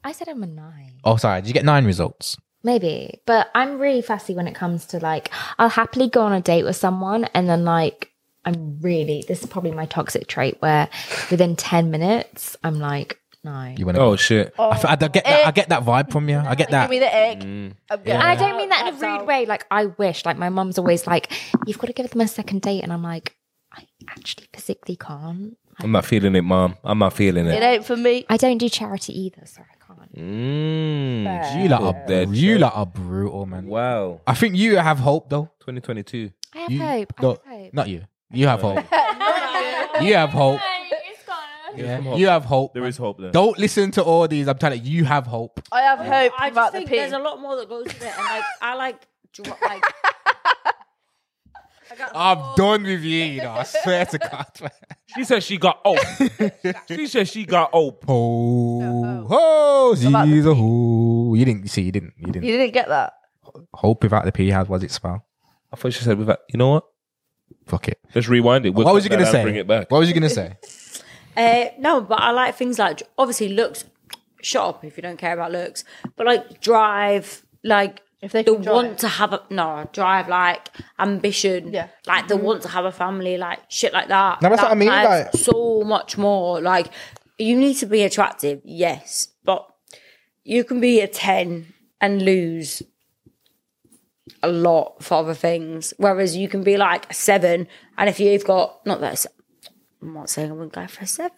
I said I'm a nine. Oh, sorry. Did you get nine results? Maybe, but I'm really fussy when it comes to like, I'll happily go on a date with someone and then like, I'm really, this is probably my toxic trait where within 10 minutes, I'm like, no. You want to? Oh shit! I, f- I d- get that. I get that vibe from Oh, you. I get that. Give me the egg. Mm. I'm getting I out. don't mean that in a That's rude out. way. Like, I wish, like, my mum's always like, you've got to give them a second date. And I'm like, I actually physically can't. I'm not feeling it, mom. I'm not feeling It it. ain't for me. I don't do charity either, so I can't. Mm. You lot Oh, are dead you shit. lot are brutal, man. Wow, I think you have hope though. 2022. I have You- hope. I no, have hope. Not you. You have hope. you have hope. Yeah. You have hope. There is hope there. Don't listen to all these. I'm telling you, you have hope. I have hope I just about the think pig. there's a lot more that goes to it, and like I like drop like. I Oh. got I'm done with you. You know, I swear to God. man. She said she got hope. she said she got hope. oh. Ho, ho, About the she's a ho. You didn't see. You didn't. You you didn't. didn't get that. Hope without the P. How was it spell? I thought she said without. You know what? Fuck it. Let's rewind it. We'll what was you cut gonna that out say? and Bring it back. What was you gonna say? Uh, no, but I like things like obviously looks. Shut up if you don't care about looks, but like drive, like If they the can drive. want to have a no drive, like ambition, Yeah. Mm-hmm. like the want to have a family, like shit like that. No, that's That what I mean, has like- so much more. Like you need to be attractive, yes, but you can be a ten and lose a lot for other things, whereas you can be like a seven, and if you've got not that. it's- I'm not saying I wouldn't go for a seven.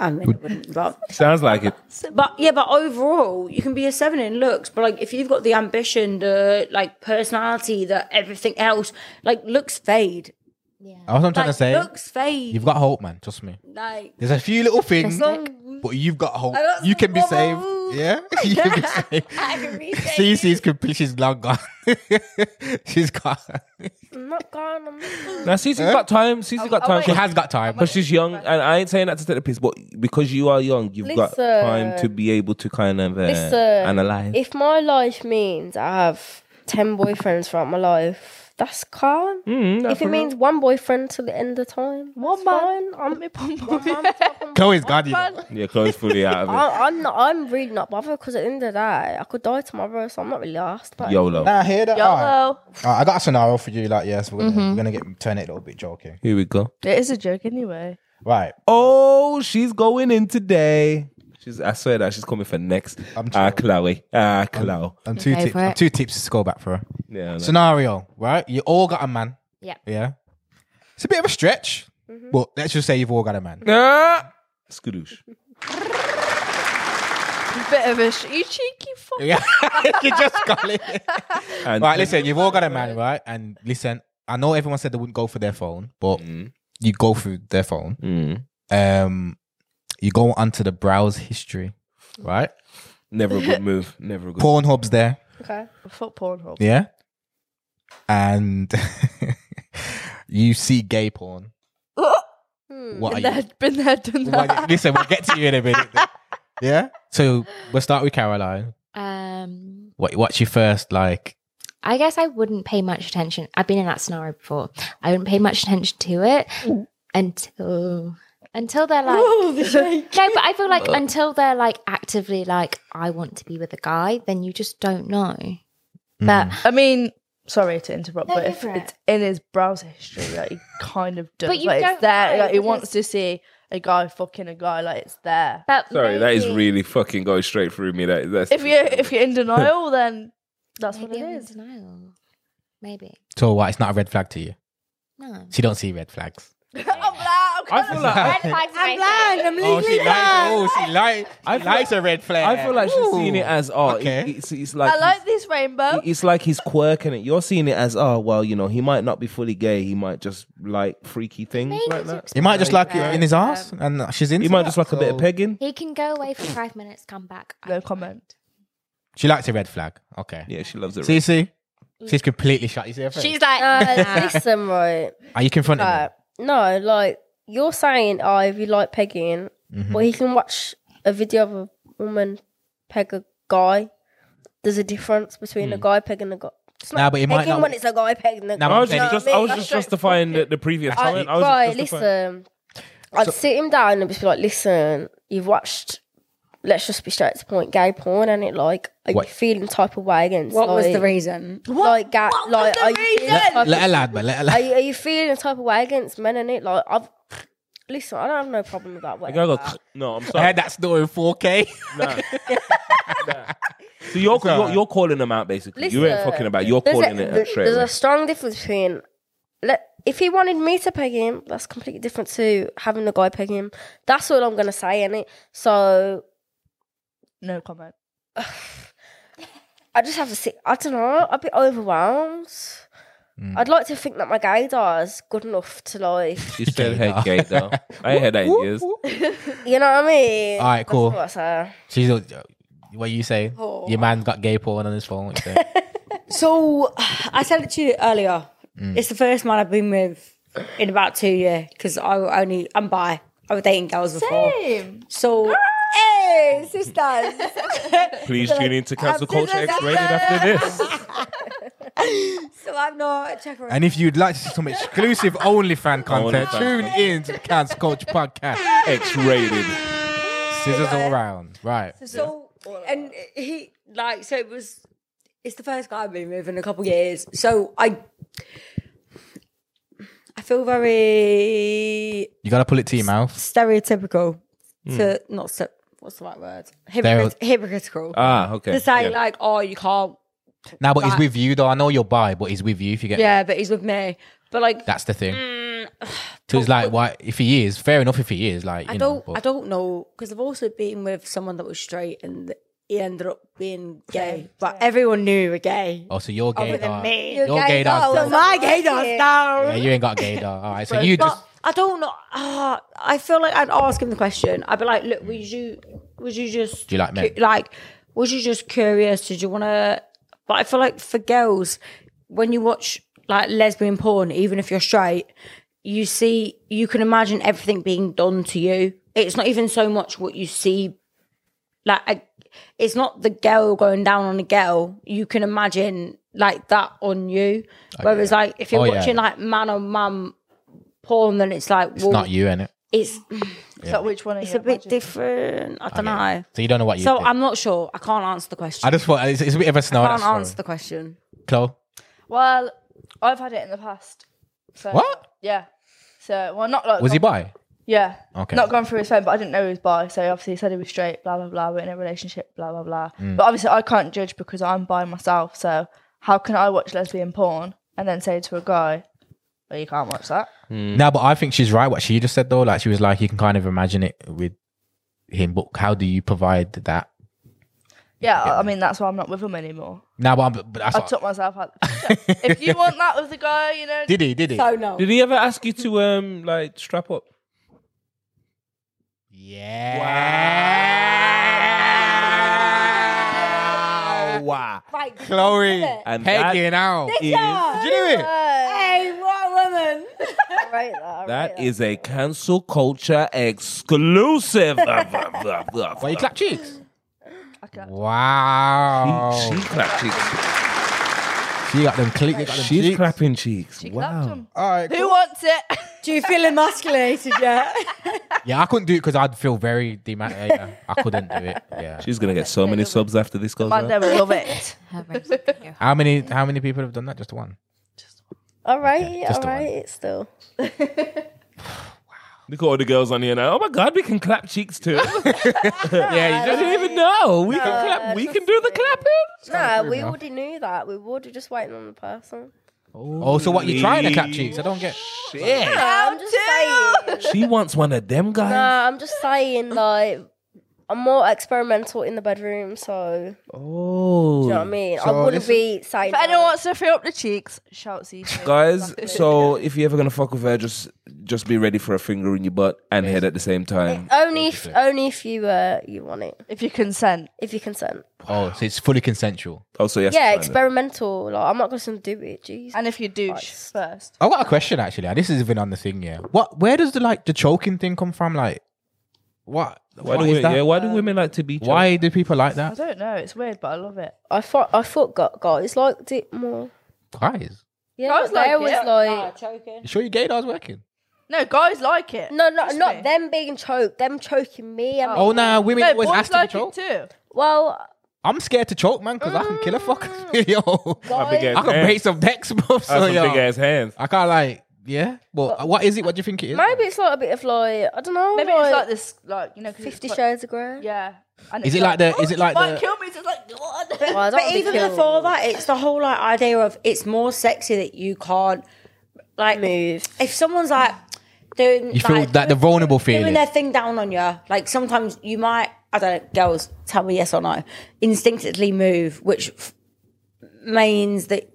I mean, I wouldn't, but Sounds like it. but yeah, but overall, you can be a seven in looks, but like if you've got the ambition, the like personality, the everything else, like looks fade. That's what I'm trying like, to say. looks fade. You've got hope, man. Trust me. like There's a few little things, Dick. but you've got hope. I got You some can be bubble. saved. Yeah, you can be saved. I can be saved. Cece's complete. She's long gone. she's gone. I'm not gone. I'm not gone. Now Cece's got time. Oh, Cece's Oh got time. She has got time. because she's young, and I ain't saying that to take the piss, but because you are young, you've got time to Listen. be able to kind of uh, Listen. analyze. If my life means I have ten boyfriends throughout my life, that's calm. Mm, if it means one boyfriend till the end of time, one man. I'm, Chloe's gone. You know. yeah, Chloe's fully out of I- I'm not. I'm really not bothered because at the end of the day, I could die tomorrow, so I'm not really asked. But it. YOLO. Nah, I hear that. All right. Hello. uh, All right, I got a scenario for you. Like, yes, we're gonna, Mm-hmm. we're gonna get turn it a little bit joking. Here we go. It is a joke anyway. Right. Oh, she's going in today. She's. I swear that she's coming for next. I'm Ah, chill. Chloe. Ah, Chloe. I'm two. Okay, tips. for I'm it. two tips to go back for her. Yeah. I know. Scenario. Right. You all got a man. Yeah. Yeah. It's a bit of a stretch, Mm-hmm. but let's just say you've all got a man. Ah! Skadoosh. Bit of a sh- you cheeky fuck. Yeah. you just got it. And right, listen, you've all got a man, right? And listen, I know everyone said they wouldn't go for their phone, but you go through their phone. Mm. Um, you go onto the browse history, right? Never a good move. Never a good. Pornhub's there, okay. Fuck Pornhub. yeah, and you see gay porn. What are Been you? there, been there, done that. what- listen, we'll get to you in a minute. Yeah. So we'll start with Caroline. Um, What, what's your first like? I guess I wouldn't pay much attention. I've been in that scenario before. I wouldn't pay much attention to it until until they're like no, but I feel like Uh. until they're like actively like I want to be with a guy, then you just don't know. But Mm. I mean, sorry to interrupt, No, but go if for it's it. in his browser history, like he kind of does. But you like, don't it's there. know Like, he because- wants to see a guy fucking a guy. Like it's there. but Sorry, that is maybe- really fucking going straight through me. That that's If you if you're in denial, then that's what maybe it I'm in is. denial. Maybe So what? It's not a red flag to you. no. So you don't see red flags. I'm black. I feel like Red flags I'm blind. I'm Oh, she likes. legally blind. Oh, she like. I She feel likes a red flag. I feel like she's Ooh. seeing it as oh, it- Okay. it's, it's like, I like this rainbow. it's like his quirk and it. You're seeing it as oh well, you know, he might not be fully gay. He might just like freaky things like that. He might just like it in his ass, and she's in. He might just like a bit of pegging. He can go away for five minutes, come back. No comment. She likes a red flag. Okay. Yeah, she loves it. See, see, she's completely shut. You see her face. She's like, Uh, listen, right. Are you confronting Uh, her? no, like you're saying, oh, if you like pegging, Mm-hmm. well, he can watch a video of a woman peg a guy. There's a difference between a guy pegging a guy. It's Mm. Nah, but it might pegging not- when it's a guy pegging a Nah, guy. but I was No, just, just I was just justifying the, the previous comment. I was right, just justifying- listen. I'd sit him down and just be like, listen, you've watched. Let's just be straight to the point. Gay porn, and it like, are What- you feeling type of way against? What was like- the reason? Like, ga- like, the are you feeling reason? type of- Let her lad, but let her are lad. you, are you feeling a type of way against men in it? Like I've listen, I don't have no problem with that. I Whatever. gotta go. No, I'm I sorry. heard that story in 4K. So you're, all you're right. you're calling them out basically. you ain't Listen, fucking about. You're There's, calling a, it there- out straight there's away. a strong difference between let, if he wanted me to peg him, that's completely different to having the guy peg him. That's all I'm gonna say in it. So No comment. I just have to sit. I don't know. I'd be overwhelmed. Mm. I'd like to think that my gaydar is good enough to like, She said, Gay, "Hey, gay though." I ain't heard that in years. you know what I mean? All right, That's cool. what I say. She's all- what you saying? Oh. Your man got gay porn on his phone. What you saying? So I said it to you earlier. It's the first man I've been with in about two years because I only I'm bi. I was dating girls before. Same. So hey sisters, Please tune in to Cancel Culture Absolutely. X rated after this. so I'm not checker. and if you'd like to see some exclusive OnlyFan content, OnlyFan. tune in to the Cancer Coach podcast. X rated. Scissors all round. Right. So and he like so it was. It's the first guy I've been with in a couple of years. So I. I feel very You gotta pull it to your mouth. stereotypical to not st- what's the right word Hypocrit- hypocritical Ah, okay. to say Yeah. like oh you can't Now, but he's Right. with you though. I know you're bi, but he's with you if you get. yeah but he's with me but like That's the thing. Mm. So it's like, why? If he is, fair enough. If he is, like, you I know, don't I but- don't know because I've also been with someone that was straight and he ended up being gay but everyone knew he was gay Oh, so you're gay. other than dog. me You're gay, dog. so my gay does down Yeah, you ain't got gay dog. All right, so you just But I don't know. ah, I feel like I'd ask him the question. I'd be like, "Look, was you, was you just, Do you like men? cu- like, was you just curious? Did you want to?" But I feel like for girls, when you watch like lesbian porn, even if you're straight, you see, you can imagine everything being done to you. It's not even so much what you see, like. I, it's not the girl going down on a girl. You can imagine like that on you. Whereas, like, if you're Oh, yeah. watching like man on man porn, then it's like, well, it's not you in it. it's, So which one? Are it's you a bit imagining? different. I don't know. So you don't know what you. So think. I'm not sure. I can't answer the question. I just thought it's, it's a bit of a snow. I That's can't story. answer the question. Chloe. Well, I've had it in the past. So, What? Yeah. So well, not like Was he bi? Yeah. Okay. Not gone through his phone, but I didn't know he was bi. So obviously he said he was straight, blah, blah, blah. We're in a relationship, blah, blah, blah. But obviously I can't judge because I'm by myself. So how can I watch lesbian porn and then say to a guy, well, you can't watch that? No, but I think she's right. What she just said though, like she was like, you can kind of imagine it with him, but how do you provide that? Yeah, I I mean, that's why I'm not with him anymore. No, but, I'm, but that's I what- took myself out. if you want that with the guy, you know, did he? Did he? So no. Did he ever ask you to um like strap up? yeah. Wow. Right, Chloe And pegging out. Did that you do it? Hey, what a woman! Right, that, that is a cancel culture exclusive. Why you clap cheeks? clapped. Wow. She clapped cheeks. She got them click. Got them She's cheeks. clapping cheeks. she wow. clapped him. All right. Who wants it? Do you feel emasculated yet? Yeah, I couldn't do it because I'd feel very demotivated. Yeah, I couldn't do it. Yeah. She's gonna get so many subs after this goes Man, out. they will love it. How many? How many people have done that? Just one. all right, Okay, yeah, just all the one. right. It's still. Look at all the girls on here now. Oh my god, we can clap cheeks too. I Yeah, you didn't even know. We can clap. We can do the clapping. No, we already knew that. We would. We're just waiting on the person. Oh, so what? You're trying to clap cheeks? I don't get. Oh, Shit. I'm just saying. she wants one of them guys. Nah, I'm just saying, like, I'm more experimental in the bedroom, so. Oh. Do you know what Hmm. I mean? I wouldn't be saying. If anyone wants to fill up the cheeks, shout CJ. Guys, so if you're ever gonna fuck with her, just just be ready for a finger in your butt and head at the same time. Only if, only if you uh, you want it, if you consent, if you consent. Oh, so it's fully consensual. Also, yes. Yeah, Simon. experimental. Like, I'm not going to do it, jeez. and if you douche first. I got a question actually. and This is even on the thing. Yeah. What? Where does the like the choking thing come from? Like, what? Why what do, is we, that? yeah, why do women like to be? choked? Why do people like I that? don't know. It's weird, but I love it. I thought I thought gu- guys liked it more. Guys, Yeah, Guys like they it. was Ah, like choking. you sure your gaydar is working? No, guys like it. no, no, Trust not me. them being choked, them choking me. I mean, Oh nah, women No, always boys ask to be like it choked. too. well, I'm scared to choke, man, because I can kill a Mm. fucker. yo, guys, big I ass can break hands. some necks, bro. I So have some big yo, ass hands. I can't like. Yeah. Well, what is it? What do you think it is? maybe it's like a bit of like I don't know, Maybe like, it's like this, like you know, 'cause it's Fifty quite- Shades of Grey. Yeah. And Is it's "Oh, it like the- is it like might the- kill me? So it's like Well, I don't but wanna be even killed. before that, it's the whole like idea of it's more sexy that you can't like Move. If someone's like doing, You feel like, that the doing- vulnerable doing feeling. their thing down on you, like sometimes you might. I don't. know, Girls, tell me yes or no. Instinctively move, which f- means that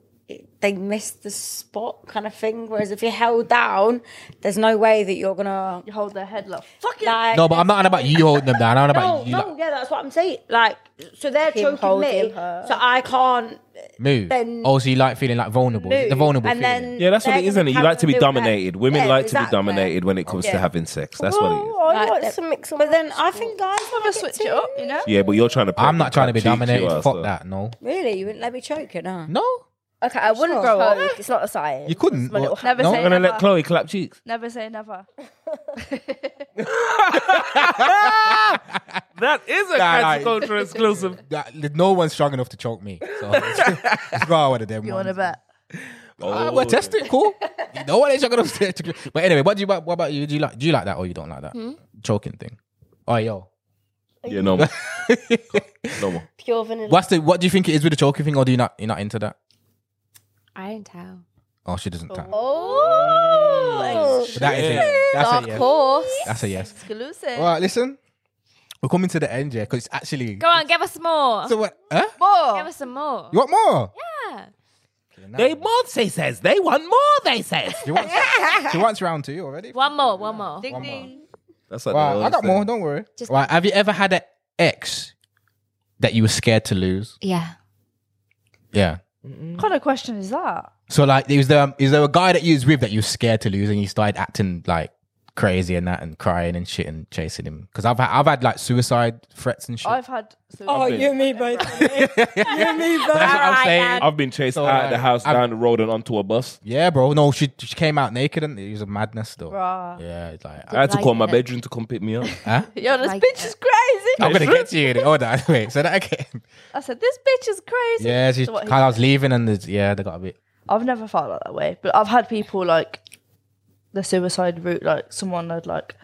they missed the spot, kind of thing. Whereas if you're held down, there's no way that you're gonna. you hold their head like fucking. Like, No, but I'm not on about you holding them down. I'm on about no, you no, like, yeah, that's what I'm saying. Like, so they're choking me, holding her. so I can't move. then- oh, so you like feeling like vulnerable? It's The move. vulnerable and feeling. then Yeah, that's what they're it is, gonna isn't it? You carry like to be on doing that. dominated. Women Yeah, like to be exactly. dominated when it comes to having sex. That's what it is. Oh, I Like like that. to mix them But up. then I think guys want to switch it up, you know. Yeah, but you're trying to. I'm not trying to be cheat, you dominated. are, Fuck so. that. No. Really, you wouldn't let me choke it, huh? No. okay, I wouldn't Sure. grow up. It's not a science. You couldn't. My little What? Never No. say I'm I'm gonna never. let Chloe clap cheeks. never say never. That is a Nah, nah. culture exclusive. That- no one's strong enough to choke me. So it's go out of them. You want to ones. bet? Oh, Ah, we're testing, cool. no one is strong enough to choke me. But anyway, what do you what about you? Do you like do you like that or you don't like that? Choking thing. Oh yo. Yeah, no more. no more. pure vanilla. What's the what do you think it is with the choking thing or do you not you're not into that? I don't tell. Oh she doesn't tell. Oh, But that is it. That's a of yes. course. That's a yes. Exclusive. Alright, listen. We're coming to the end, yeah, because it's actually Go on, give us some more. so what huh? give us some more. You want more? Yeah. They want, she says. They want more, they says. She wants, she wants round two already. One more, one more. Ding more. ding. That's like the Wow, I lowest got thing. more. Don't worry. Just- Right, have you ever had an ex that you were scared to lose? Yeah. Yeah. What kind of question is that? So like, is there um, is there a guy that you was with that you were scared to lose, and you started acting like crazy and that, and crying and shit and chasing him? Because I've had, I've had like suicide threats and shit. I've had. Oh, been- you and me both. But that's what I'm Alright, saying. then. I've been chased So, out of like, the house, I've- down the road, and onto a bus. Yeah, bro. No, she she came out naked and it was a madness though. Bruh. Yeah, it's like I had to Like call my it. bedroom to come pick me up. Yo, this Like bitch is crazy. I'm gonna get to you. in it. Hold on, wait. Say that again. I said this bitch is crazy. Yeah, she, So what, he- I was leaving and there's- yeah, they got a bit. I've never felt like that way, but I've had people like the suicide route, like someone I'd like.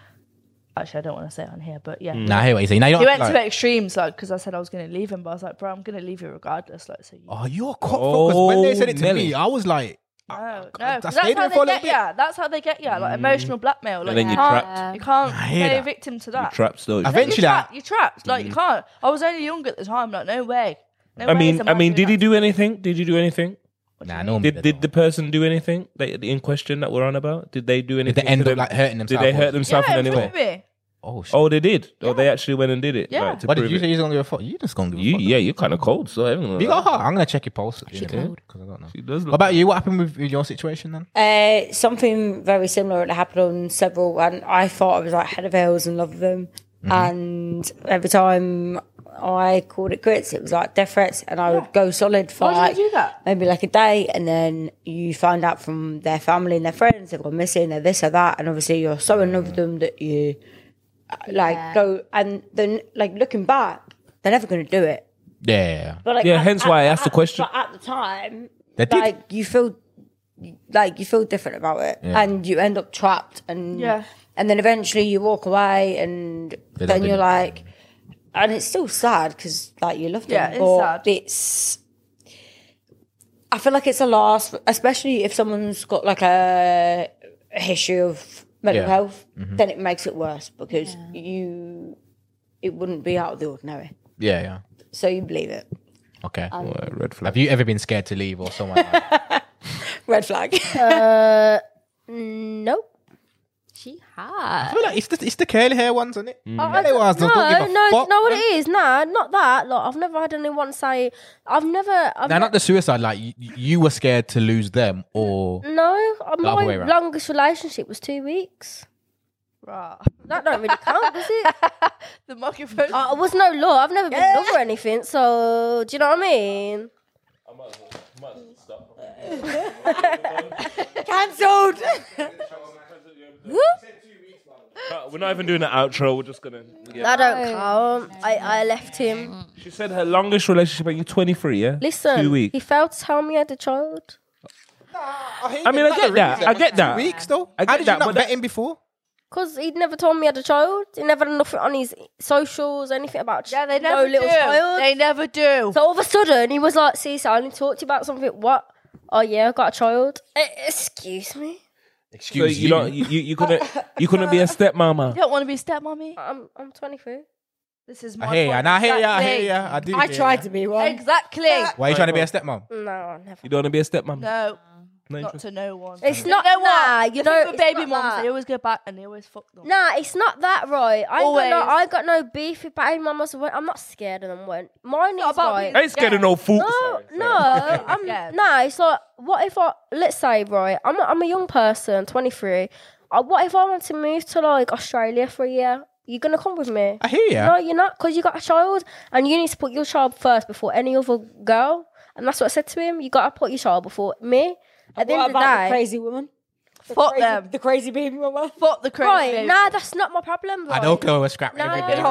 Actually, I don't want to say it on here, but yeah. Nah, I hear what you say. Now you don't. He went like- to extremes, like, because I said I was going to leave him, but I was like, bro, I'm going to leave you regardless. Like, so you. Oh, you're a cop. Because when they said it to Nelly. me, I was like, no, no, 'cause I that's stayed how there for a little they get bit. Mm. ya. That's how they get ya, like emotional blackmail. Like, then you you can't, trapped. you can't hear play that. victim to that. Traps though. I think- You're Eventually, Mm. I- trapped. You're trapped. Like, you can't. I was only young at the time. Like, no way. No I way is mean, I a man mean, doing did he that. do anything? Did you do anything? nah, no. Did did the person do anything that, in question that we're on about? Did they do anything? Did they to end up them? like hurting Did themselves? they hurt themselves Yeah, in any in way? front of me. Oh shit! Oh, they did. Oh, they actually went and did it. Yeah. Like, to what did prove you it. say? You don't give a fuck. You just gonna give a You, fuck. yeah, you're kind of cold. So I You got hot. I'm gonna check your pulse. She cold. Because I don't know. She does What look. about you? What happened with, with your situation then? Uh, something very similar that happened on several, and I thought I was like head of heels in love with them. Mm-hmm. And every time I called it quits, it was like death threats, and I would go solid for Why do you like do that? maybe like a day, and then you find out from their family and their friends they've gone missing, they're this or that, and obviously you're so in love with them that you uh, like go and then like looking back, they're never going to do it. Yeah, yeah, yeah. But like, Yeah, hence why I asked the at- question. But at the time, They did. like you feel, like you feel different about it, and you end up trapped, and Yeah. and then eventually you walk away, and They don't then you're do it. like, and it's still sad because like you love them, Yeah, it's but sad. it's I feel like it's a loss, especially if someone's got like a, a history of mental Yeah. Mm-hmm. health, then it makes it worse because you, it wouldn't be out of the ordinary. Yeah, yeah. So you believe it. Okay. Uh, red flag. Have you ever been scared to leave or someone? Like, Red flag. Nope. She hot. Well, like, it's, the, it's the curly hair ones, isn't it? Curly ones No, don't give a no, fuck, no. What man. it is? Nah, not that. Like, I've never had anyone say. I've never. I've Now, ne- not the suicide. Like you, you were scared to lose them, or no, uh, other my way around. longest relationship was two weeks. Right. That don't really count, does it? the microphone. I I was no love. I've never been in love or anything. So, do you know what I mean? Cancelled. Uh, We're not even doing an outro. We're just gonna. I don't count. I, I left him. She said her longest relationship. Are you 23? Yeah. Listen, Two he weeks. failed to tell me I had a child. I mean, I get that. I get that. weeks though. I How get did that, you not but bet that- him before? Because he'd never told me I had a child. He never had nothing on his socials, anything about ch- yeah, they no never do. little child. They never do. so all of a sudden, he was like, see, so I only talked to you about something. What? Oh, yeah, I got a child. Eh, excuse me? So you know, you, you, you couldn't you couldn't be a stepmama. you don't want to be a stepmommy. I'm, I'm 23. This is my I hear ya, point. and I hear ya, I hear Exactly. ya. I do. I hear tried ya. to be one. Exactly. Why are you trying to be a stepmom? No, never. You don't want to be a stepmom. No, No not interest. to no one. It's not You know what? nah, I you think know, with it's baby not moms, that. they always go back and they always fuck them. Nah, it's not that right. I ain't got no, Always. I got no beef with baby mamas. I'm not scared of them. When mine is not about right. being- I ain't scared of no fool. No, no, I'm Scared. nah. It's like what if I let's say right? I'm a, I'm a young person, 23. Uh, what if I want to move to like Australia for a year? You're gonna come with me? I hear ya. No, you're not, because you got a child, and you need to put your child first before any other girl. And that's what I said to him. You gotta put your child before me. At the What end of the about the day, crazy woman? Um, The Fuck crazy- them. The crazy baby mama. Fuck the crazy. right? baby. Nah, that's not my problem. I right? know Chloe was scrapping Nah, everybody.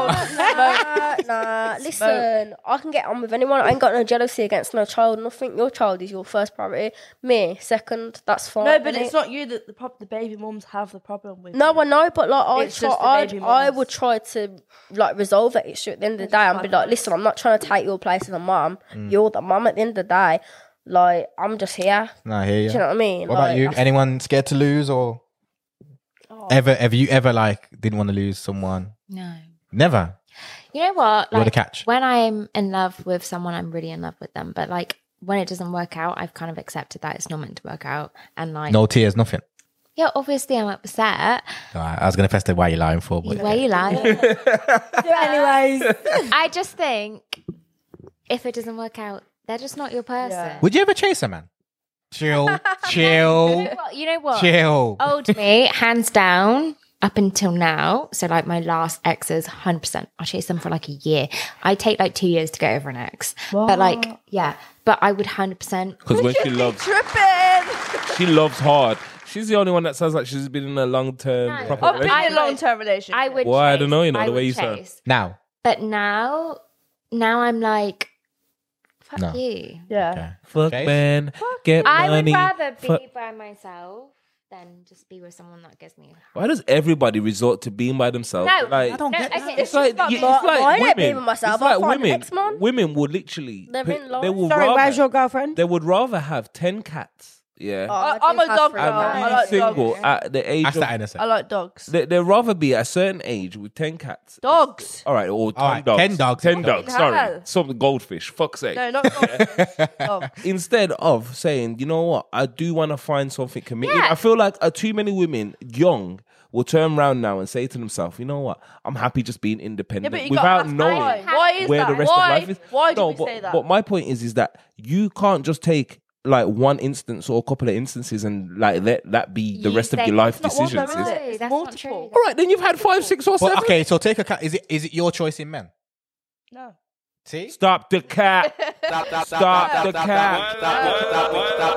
nah, nah. Listen, I can get on with anyone. I ain't got no jealousy against no child. Nothing. Your child is your first priority. Me second. That's fine. No, but innit? it's not you that the prob- the baby mums have the problem with. No, I know, but like I It's try, just the I'd- baby I mums. would try to like resolve that issue at the end of the day and be like, listen, I'm not trying to take your place as a mum. Mm. You're the mum at the end of the day. Like I'm just here. No, I hear Do you know what I mean? What about Like, you? I- Anyone scared to lose or ever? Have you ever like didn't want to lose someone? No. Never. You know what? You wanna catch. When I'm in love with someone, I'm really in love with them. But like when it doesn't work out, I've kind of accepted that it's not meant to work out. And like, No tears, nothing. yeah, obviously I'm upset. All right, I was gonna fester why you lying for, but Way like, Anyways, I just think if it doesn't work out, they're just not your person. would you ever chase a man? Chill, chill, Well, you know what? chill. Old me, hands down, up until now. So like my last exes, hundred percent. I chased them for like a year. I take like two years to get over an ex, but like yeah. But I would hundred percent. Because when she loves, tripping. she loves hard. She's the only one that sounds like she's been in a long term proper I've been relationship. Oh, I in a would- long term relationship. I would. Well, I don't chase. know, you know, I the way would you sound. chase. Now, But now, now I'm like, fuck No. you. Yeah. Okay. Fuck Chase? man, get I money. would rather be Fuck- by myself than just be with someone that gives me. Why does everybody resort to being by themselves? No, like, I don't get that. It's like, you- it's Why- why like not be women. with myself? It's like I'll find women. next man. Women would literally. They're put- in love. They would sorry, rather. where's your girlfriend? They would rather have ten cats. Yeah. I, I I'm do a have dog three girl. I dogs. like Being single dogs. at the age that's of that innocent. I like dogs. They, they'd rather be at a certain age with 10 cats. dogs. All right, or 10 All right, dogs. 10 dogs. 10 dogs, Fucking sorry. hell. Some goldfish, fuck's sake. No, not dogs. dogs. Instead of saying, you know what, I do want to find something committed. Yeah. I feel like uh, too many women, young, will turn around now and say to themselves, you know what, I'm happy just being Yeah, independent but you without got to ask knowing Why, why is where that? the rest why? of life is. Why do no, we but, say that? but my point is, is that you can't just take like one instance or a couple of instances and like let that be the You rest of say- your life It's not one decisions. though, is It's- it? No, It's that's not true. multiple. All right, then you've had five, six, or seven. Well, okay, so take a cat. Is it is it your choice in men? No. See, Stop the cat. Stop the cat.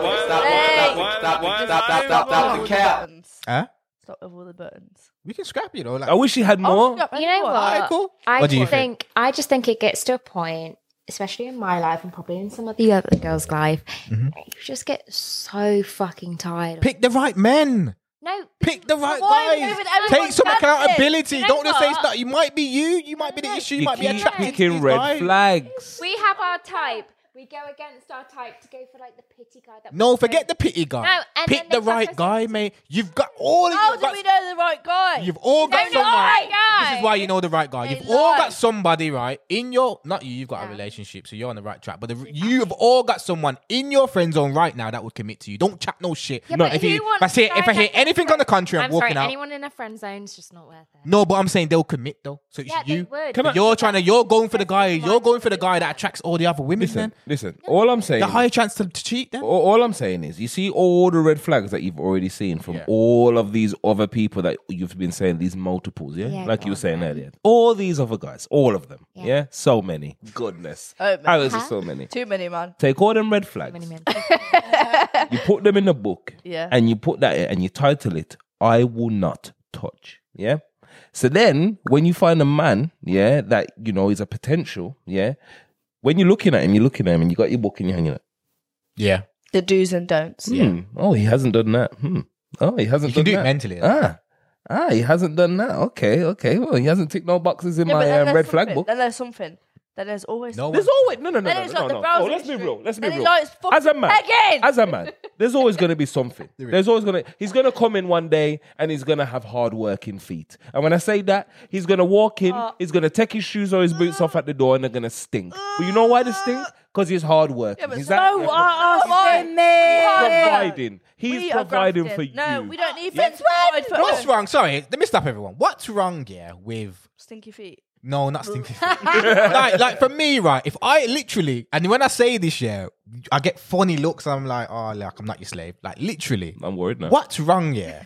huh? Stop with all the buttons. We can scrap, you know. Like, I wish you had more. You Oh, know what? Alright, cool. I What do you think, I just think it gets to a point, especially in my life and probably in some of the other girls' life, you just get so fucking tired. Of, Mm-hmm. pick the right men. no, Pick the right Why guys. would everyone Take some judge it? accountability. You know Don't just say what? stuff. You might be you. You might be the issue. You You might be keep attracted to picking these red guys. flags. we have our type. We go against our type to go for like the pity guy. That No, forget the pity guy. No, and Pick then the they sacrifice right guy, him. mate. You've got all of How you've do got, we know the right guy? You've all got the someone. right guy. This is why you know the right guy. They You've all lie. got somebody, right? In your not you, you've got a relationship, so you're on the right track. But the, you've all got someone in your friend zone right now that would commit to you. Don't chat no shit. Yeah, no, but if, who you, if wants I see to if I try hear that? anything on the country, I'm, I'm walking out. sorry, anyone in a friend zone is just not worth it. No, but I'm saying they'll commit though. So it's Yeah, they you. would. But Come on. you're trying to. You're going for the guy. That's You're one. going for the guy that attracts all the other women. Listen, Then listen. All I'm saying, the higher chance to, to cheat. Then all, all I'm saying is, you see all the red flags that you've already seen from Yeah. all of these other people that you've been saying these multiples, yeah, Yeah, like you were God, saying earlier. All these other guys, all of them, yeah, Yeah. so many. Goodness, Oh, I man. was just so many. Too many, man. Take all them red flags. Many men. You put them in a book, Yeah. and you put that and you title it "I will not touch." Yeah. So then, when you find a man, yeah, that you know is a potential, yeah. When you're looking at him, you're looking at him, and you got your book in your hand. You're like, yeah, The do's and don'ts. hmm, oh, he hasn't done that. Hmm. Oh, he hasn't. you can done do it that. mentally. then. Ah, ah, he hasn't done that. Okay, okay. Well, he hasn't ticked no boxes in Yeah, my then uh, there's red flag something. book. Then there's something. Then there's always. No There's one- always no, no, no, Then no, it's no, like the no. browsing Oh, let's be history. real. Let's be Then he real. likes As a man, fucking again. as a man, there's always going to be something. There's always going to. He's going to come in one day and he's going to have hard working feet. And when I say that, he's going to walk in. He's going to take his shoes or his boots off at the door, and they're going to stink. But you know why they stink? Because he's hard working. but he's so that- are Ask on. him, providing. He's We are providing for grafted. you. No, we don't need Yeah. friends to provide for What's us. wrong? Sorry, let me stop everyone. What's wrong, yeah, with Stinky feet. no, not stinking. like, like for me, right? If I literally, and when I say this, yeah, I get funny looks. I'm like, oh, like I'm not your slave. Like literally, I'm worried now. what's wrong, yeah?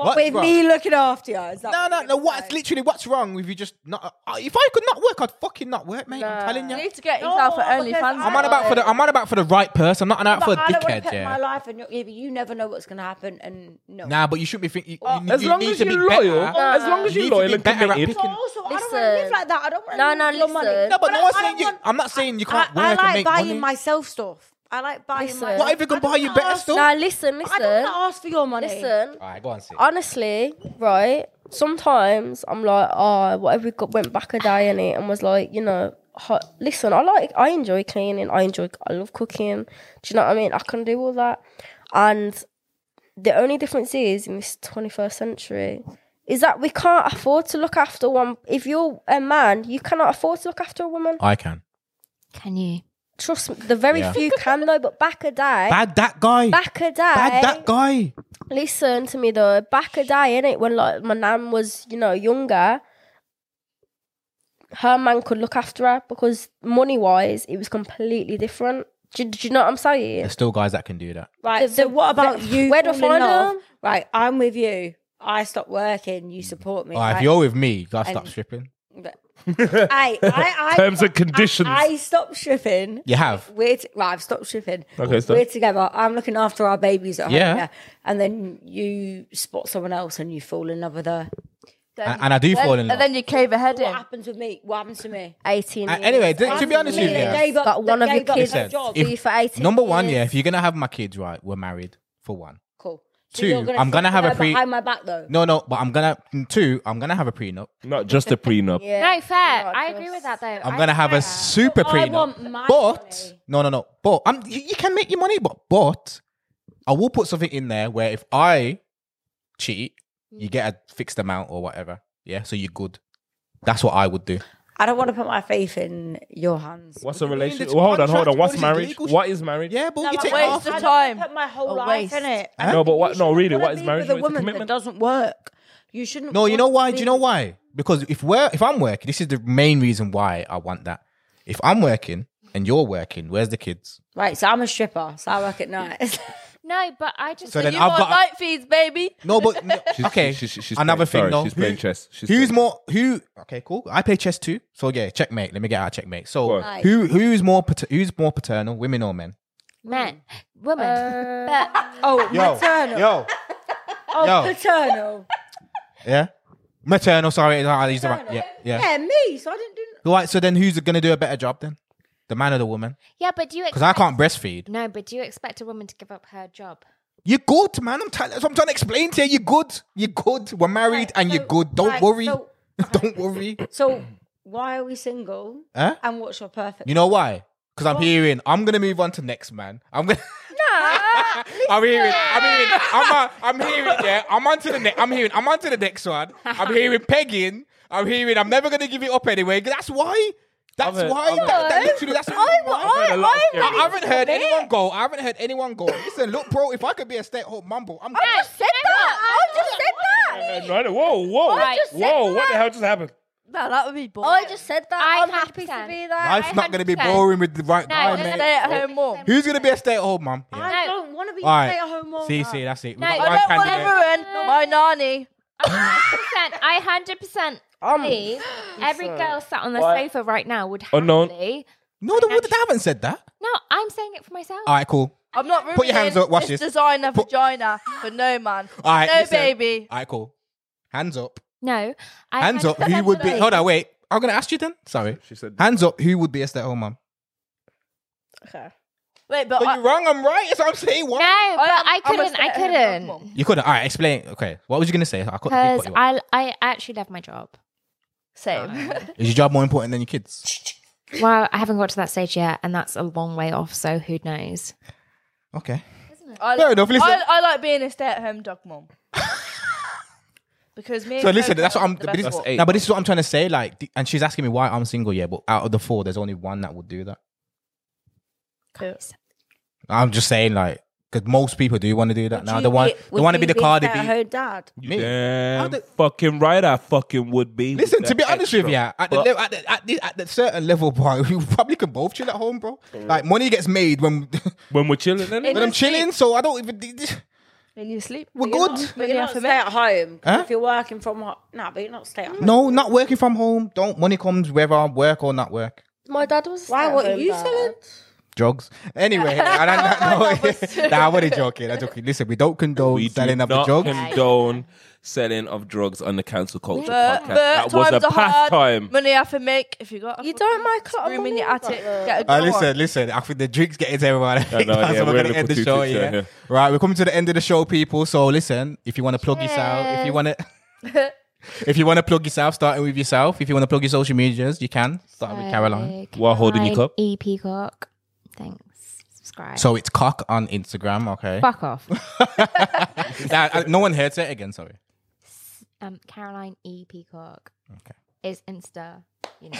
what's With wrong? me looking after you. Is that No, what no, you're no. gonna What's say? literally what's wrong with you? Just not. Uh, if I could not work, I'd fucking not work, mate. I'm telling You you. need to get yourself No, an because OnlyFans. I- I'm on about for the. I'm on about for the right person. I'm not on about for a But I don't want to dickhead. put my Yeah. life in your. Yeah, but you never know what's going to happen, and no. Nah, but you shouldn't be thinking. You, you, as you long need as to be you're loyal, better. as Uh, long as You you're need to loyal be and better at committed, picking- also, I don't want to Listen. live like that. I don't want to No, live no, with your money. listen. No, but no I- one's I saying you. want- I'm not saying you I, can't I work and like make buying money. myself stuff. I like buying Listen. my. What if you can I don't buy you wanna better ask- stuff? Now listen, I don't listen, want to ask for your money. listen. All right, go on, see. honestly, right? Sometimes I'm like, oh, what if we got, went back a day in it and was like, you know, hot. listen, I like, I enjoy cleaning, I enjoy, I love cooking. Do you know what I mean? I can do all that. And the only difference is in this 21st century is that we can't afford to look after one. If you're a man, you cannot afford to look after a woman. I can. Can you? Trust me, the very Yeah. few can though, but back a day. Bad that guy. Bad, Back a day. that guy. Listen to me though. Back a day, innit, when like my nan was, you know, younger, her man could look after her because money wise, it was completely different. Do, do you know what I'm saying? There's still guys that can do that. Right. The- so the- what about the- you? where do I falling find off? them? Right. I'm with you. I stop working. You support me. All right, Oh, if right? you're with me, you gotta stop And- stripping. I, I, I, Terms and conditions. I, I stopped shipping. You have. We're t- right. I've stopped shipping. Okay, stop. We're together. I'm looking after our babies at Yeah. home. Yeah. And then you spot someone else and you fall in love with her. And, and I do fall in love. And then you cave ahead What in. happens with me? What happens to me? 18. Uh, years. anyway, th- to be Happens honest me, with you, they yeah. gave up- Got they one of your gave up kids. their Listen, job. if- Be for 18 Number one, yeah. years. If you're gonna have my kids, right, we're married for one. Cool. Two, you're gonna I'm gonna sleep have with a her pre- behind my back though. No, no, but I'm gonna mm, two. I'm gonna have a prenup. not just a prenup. Yeah. No, fair. I just- agree with that though. I'm gonna have a super But Oh, I prenup. want my but money. no, no, no. But I'm, you, you can make your money, but but I will put something in there where if I cheat, Mm. you get a fixed amount or whatever. Yeah, so you're good. That's what I would do. I don't want to put my faith in your hands. What's a do you mean? relationship? It's Well, hold on, hold contract. on. What's What is it, marriage? legal shit? What is marriage? Yeah, but No, you but take waste half. the I don't time. Put my whole A life waste. in it. Huh? No, but what? You No, shouldn't really. wanna What is be marriage? With a It's a woman that commitment. doesn't work. You shouldn't. No, you know wanna why? Do you know be- why? Because if we're if I'm working, this is the main reason why I want that. If I'm working and you're working, where's the kids? Right, so I'm a stripper, so I work at night. No, but I just. So then You I've want got- night fees, baby. No, but no, okay. she's- she's- she's playing- Another thing, sorry, though. she's playing chess. She's who's playing more? Who? Okay, cool. I play chess too. So yeah, checkmate. Let me get out of checkmate. Go So on. Nice. who who's more pater- who's more paternal, women or men? Man, woman. but oh, maternal. yo, oh, yo. paternal. yeah, maternal. Sorry, I used the right. Yeah, yeah. Yeah, me. So I didn't do. All right. So then, who's gonna do a better job then? The man or the woman? yeah, but do you Because expect? I can't breastfeed. No, but do you expect a woman to give up her job? You're good, man. I'm, tell- that's what I'm trying to explain to you. You're good. You're good. We're married and you're so- good. Don't right, worry. so- Don't worry. So why are we single? Mm. Huh? And what's your perfect? You know why? because I'm hearing I'm gonna move on to next man. I'm gonna. I'm hearing, I'm hearing, I'm, uh, I'm hearing, yeah, I'm on to the next, I'm hearing, I'm on to the next one. I'm hearing pegging. I'm hearing, I'm never going to give it up anyway. That's why. That's I've heard- why. I've heard- That, that literally, that's why. I've heard a lot of I, scary I haven't heard anyone go. I haven't heard anyone go. Listen, look, bro, if I could be a stay at home mumble, I'm I said that. I just said that. Uh, no, no, Whoa, whoa, Right. whoa! What the hell just happened? No, that would be boring. I just said that. I I'm happy to 100%. be there. life's not going to be 100%. boring with the right guy, no, no, mate. no, Stay-at-home no. mom. Who's going to be a stay at home mum? Yeah. I don't want to be All right. stay at home mom. See, see, that's it. We No, got I one don't want candidate. Everyone, my nanny. I hundred percent. Um, Please, every girl sat on the sofa right now would Oh, no. happily. No, they, they haven't said that. No, I'm saying it for myself. All right, cool. I'm not ruining Put your hands up, watch this. designer vagina for no man. All right, no listen. baby. All right, cool. Hands up. no, I Hands up. Who 100% would be? believe- Hold on, wait. I'm gonna ask you then. Sorry. She said. Hands up. Who would be a stay-at-home mum? Okay. Wait, but But I, you're wrong. I'm right. That's what I'm saying. What? No, but I'm- I I'm a couldn't. I stay-at-home couldn't. mum. You couldn't. All right, explain. Okay, what was you gonna say? I couldn't. I did Because cut you off. I, I actually love my job. same. Is your job more important than your kids? Well, I haven't got to that stage yet, and that's a long way off. So who knows? Okay. I, Fair li- enough. Listen. I, I like being a stay-at-home dog mom. because me. so and listen, Coco that's what are I'm. the But best this, one. no, but this is what I'm trying to say. Like, d- and she's asking me why I'm single. Yeah, but out of the four, there's only one that would do that. I'm just saying, like, because most people do want to do that now. They want, they want to be the Cardi B. dad. You Me? How damn the- fucking right, I fucking would be. with Listen, that to be honest extra. with you, at the, But- level, at, the, at, the, at the certain level, bro, we probably can both chill at home, bro. Like money gets made when when we're chilling, innit? when I'm chilling, so I don't even. In your sleep. We're good. But you're not stay at home. 'cause Huh? If you're working from home, nah, but you're not stay at home. No, not working from home. Don't money comes whether I'm work or not work. My dad was. Why? What are you saying? selling? Drugs. Anyway, and I, no, nah, I'm only joking. I'm joking. Listen, we don't condone We do selling up the not drugs. condone selling of drugs on the cancel culture But, podcast. but that was times a are hard. pastime. Money I can make if you got. A You don't make a lot of room in your money, attic. brother. Get a Uh, good one. listen, listen. I think the drinks getting to everyone. I think know, that's yeah, how we're we're gonna in end the the show. Kututu, Yeah. yeah. right. We're coming to the end of the show, people. So listen, if you want to plug yourself, if you want to, if you want to plug yourself, starting with yourself. If you want to plug your social medias, you can start with Caroline. So, While holding your Caroline cup. EP cock. Thanks. Subscribe. So it's cock on Instagram. Okay. fuck off. Nah, I- no one heard it again. Sorry. Um, Caroline E Peacock. Okay. Is Insta. You know.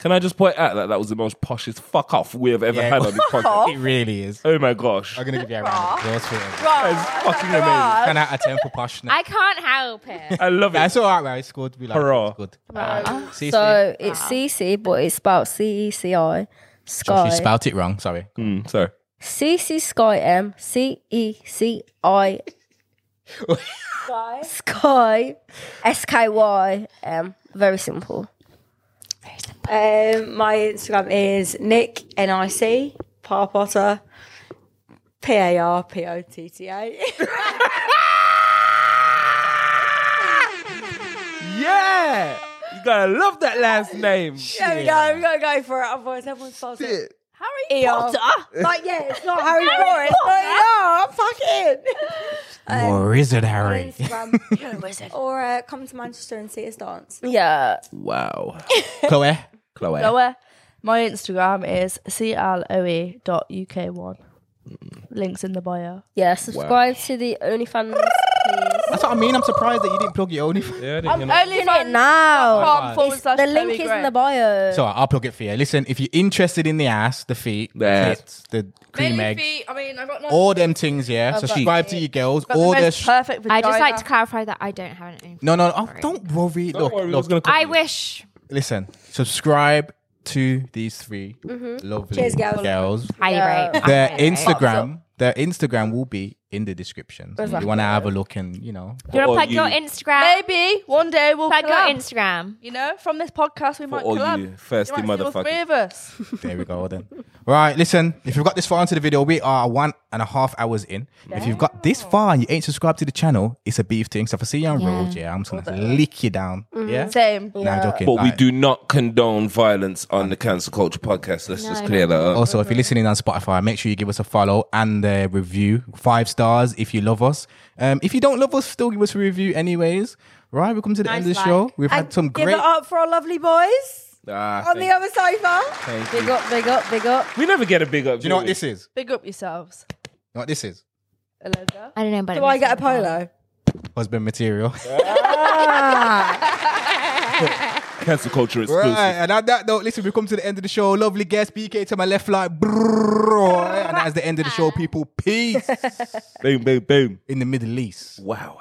Can I just point out that that was the most poshest fuck off we have ever Yeah. had on this podcast? It really is. Oh my gosh. I'm gonna give you a round of applause for it. That is fucking amazing. Ten out of ten for posh. I can't help it. I love it. That's all right, man. It's good. We like it. Hurrah. It's good. See, So it's CC, but it's spelled C E C I. She Sky. spelt it wrong. Sorry. Mm, sorry. CC Sky M. C E C I. Sky. S K Y M. Very simple. Um, my Instagram is Nick N I C Par Potter P A R P O T T A. Yeah! You gotta love that last name. There we go. We gotta go for it. Otherwise, everyone starts it. Harry Potter. Like, yeah, it's not Harry Potter. It's not. Or is it Harry? Instagram or uh, come to Manchester and see us dance. Yeah. Wow. Chloe. Chloe. Lower. My Instagram is cloe E dot uk one. Links in the bio. Yeah. Subscribe to the OnlyFans, please. That's what I mean. I'm surprised that you didn't plug your own. If- Yeah, I didn't hear no- Only Doing it now. com forward slash The link Chloe is Gray. in the bio. So I'll plug it for you. Listen, if you're interested in the ass, the feet, the Yeah. tits, the cream Mainly egg, feet. I mean, I got no. all them things, yeah. so got subscribe to your girls. got the All the most sh- perfect. I just like to vagina. clarify that I don't have an OnlyFans. no, no, oh, don't worry. Don't look, worry, I was look. gonna call I you. wish. Listen, subscribe to these 3 Mm-hmm. lovely Cheers, girls. Highly Yeah. rate. Their Highly rate. Instagram, their Instagram will be in the description. So if you want to have a look and you know, Do you Or want to plug your you- Instagram? Maybe one day we'll plug your collab. Instagram. you know, from this podcast we might all collab. you thirsty might see all Three motherfuckers. of us. There we go then. Right, listen, if you've got this far into the video, we are one and a half hours in. If you've got this far and you ain't subscribed to the channel, it's a beef thing. So if I see you on Yeah. road, yeah, I'm just gonna lick you down. Yeah. Same. Nah, I'm joking. But we Like, do not condone violence on the cancel culture podcast. Let's just clear that up. Also, if you're listening on Spotify, make sure you give us a follow and a review. Five stars if you love us. Um, if you don't love us, still give us a review anyways. Right, we come to the end of the show. We've had some Give great it up for our lovely boys. Ah, on the other sofa. thank Big you. up, big up, big up. We never get a big up. Do you know what this is? Big up yourselves. You know what this is? Eliza. I don't know, but Do I get a polo? Husband material. Cancel culture exclusive. Right, and on that note, listen, we come to the end of the show. Lovely guest, BK to my left, like, brrrr, and that's the end of the show, people. Peace Boom, boom, boom. in the Middle East. Wow.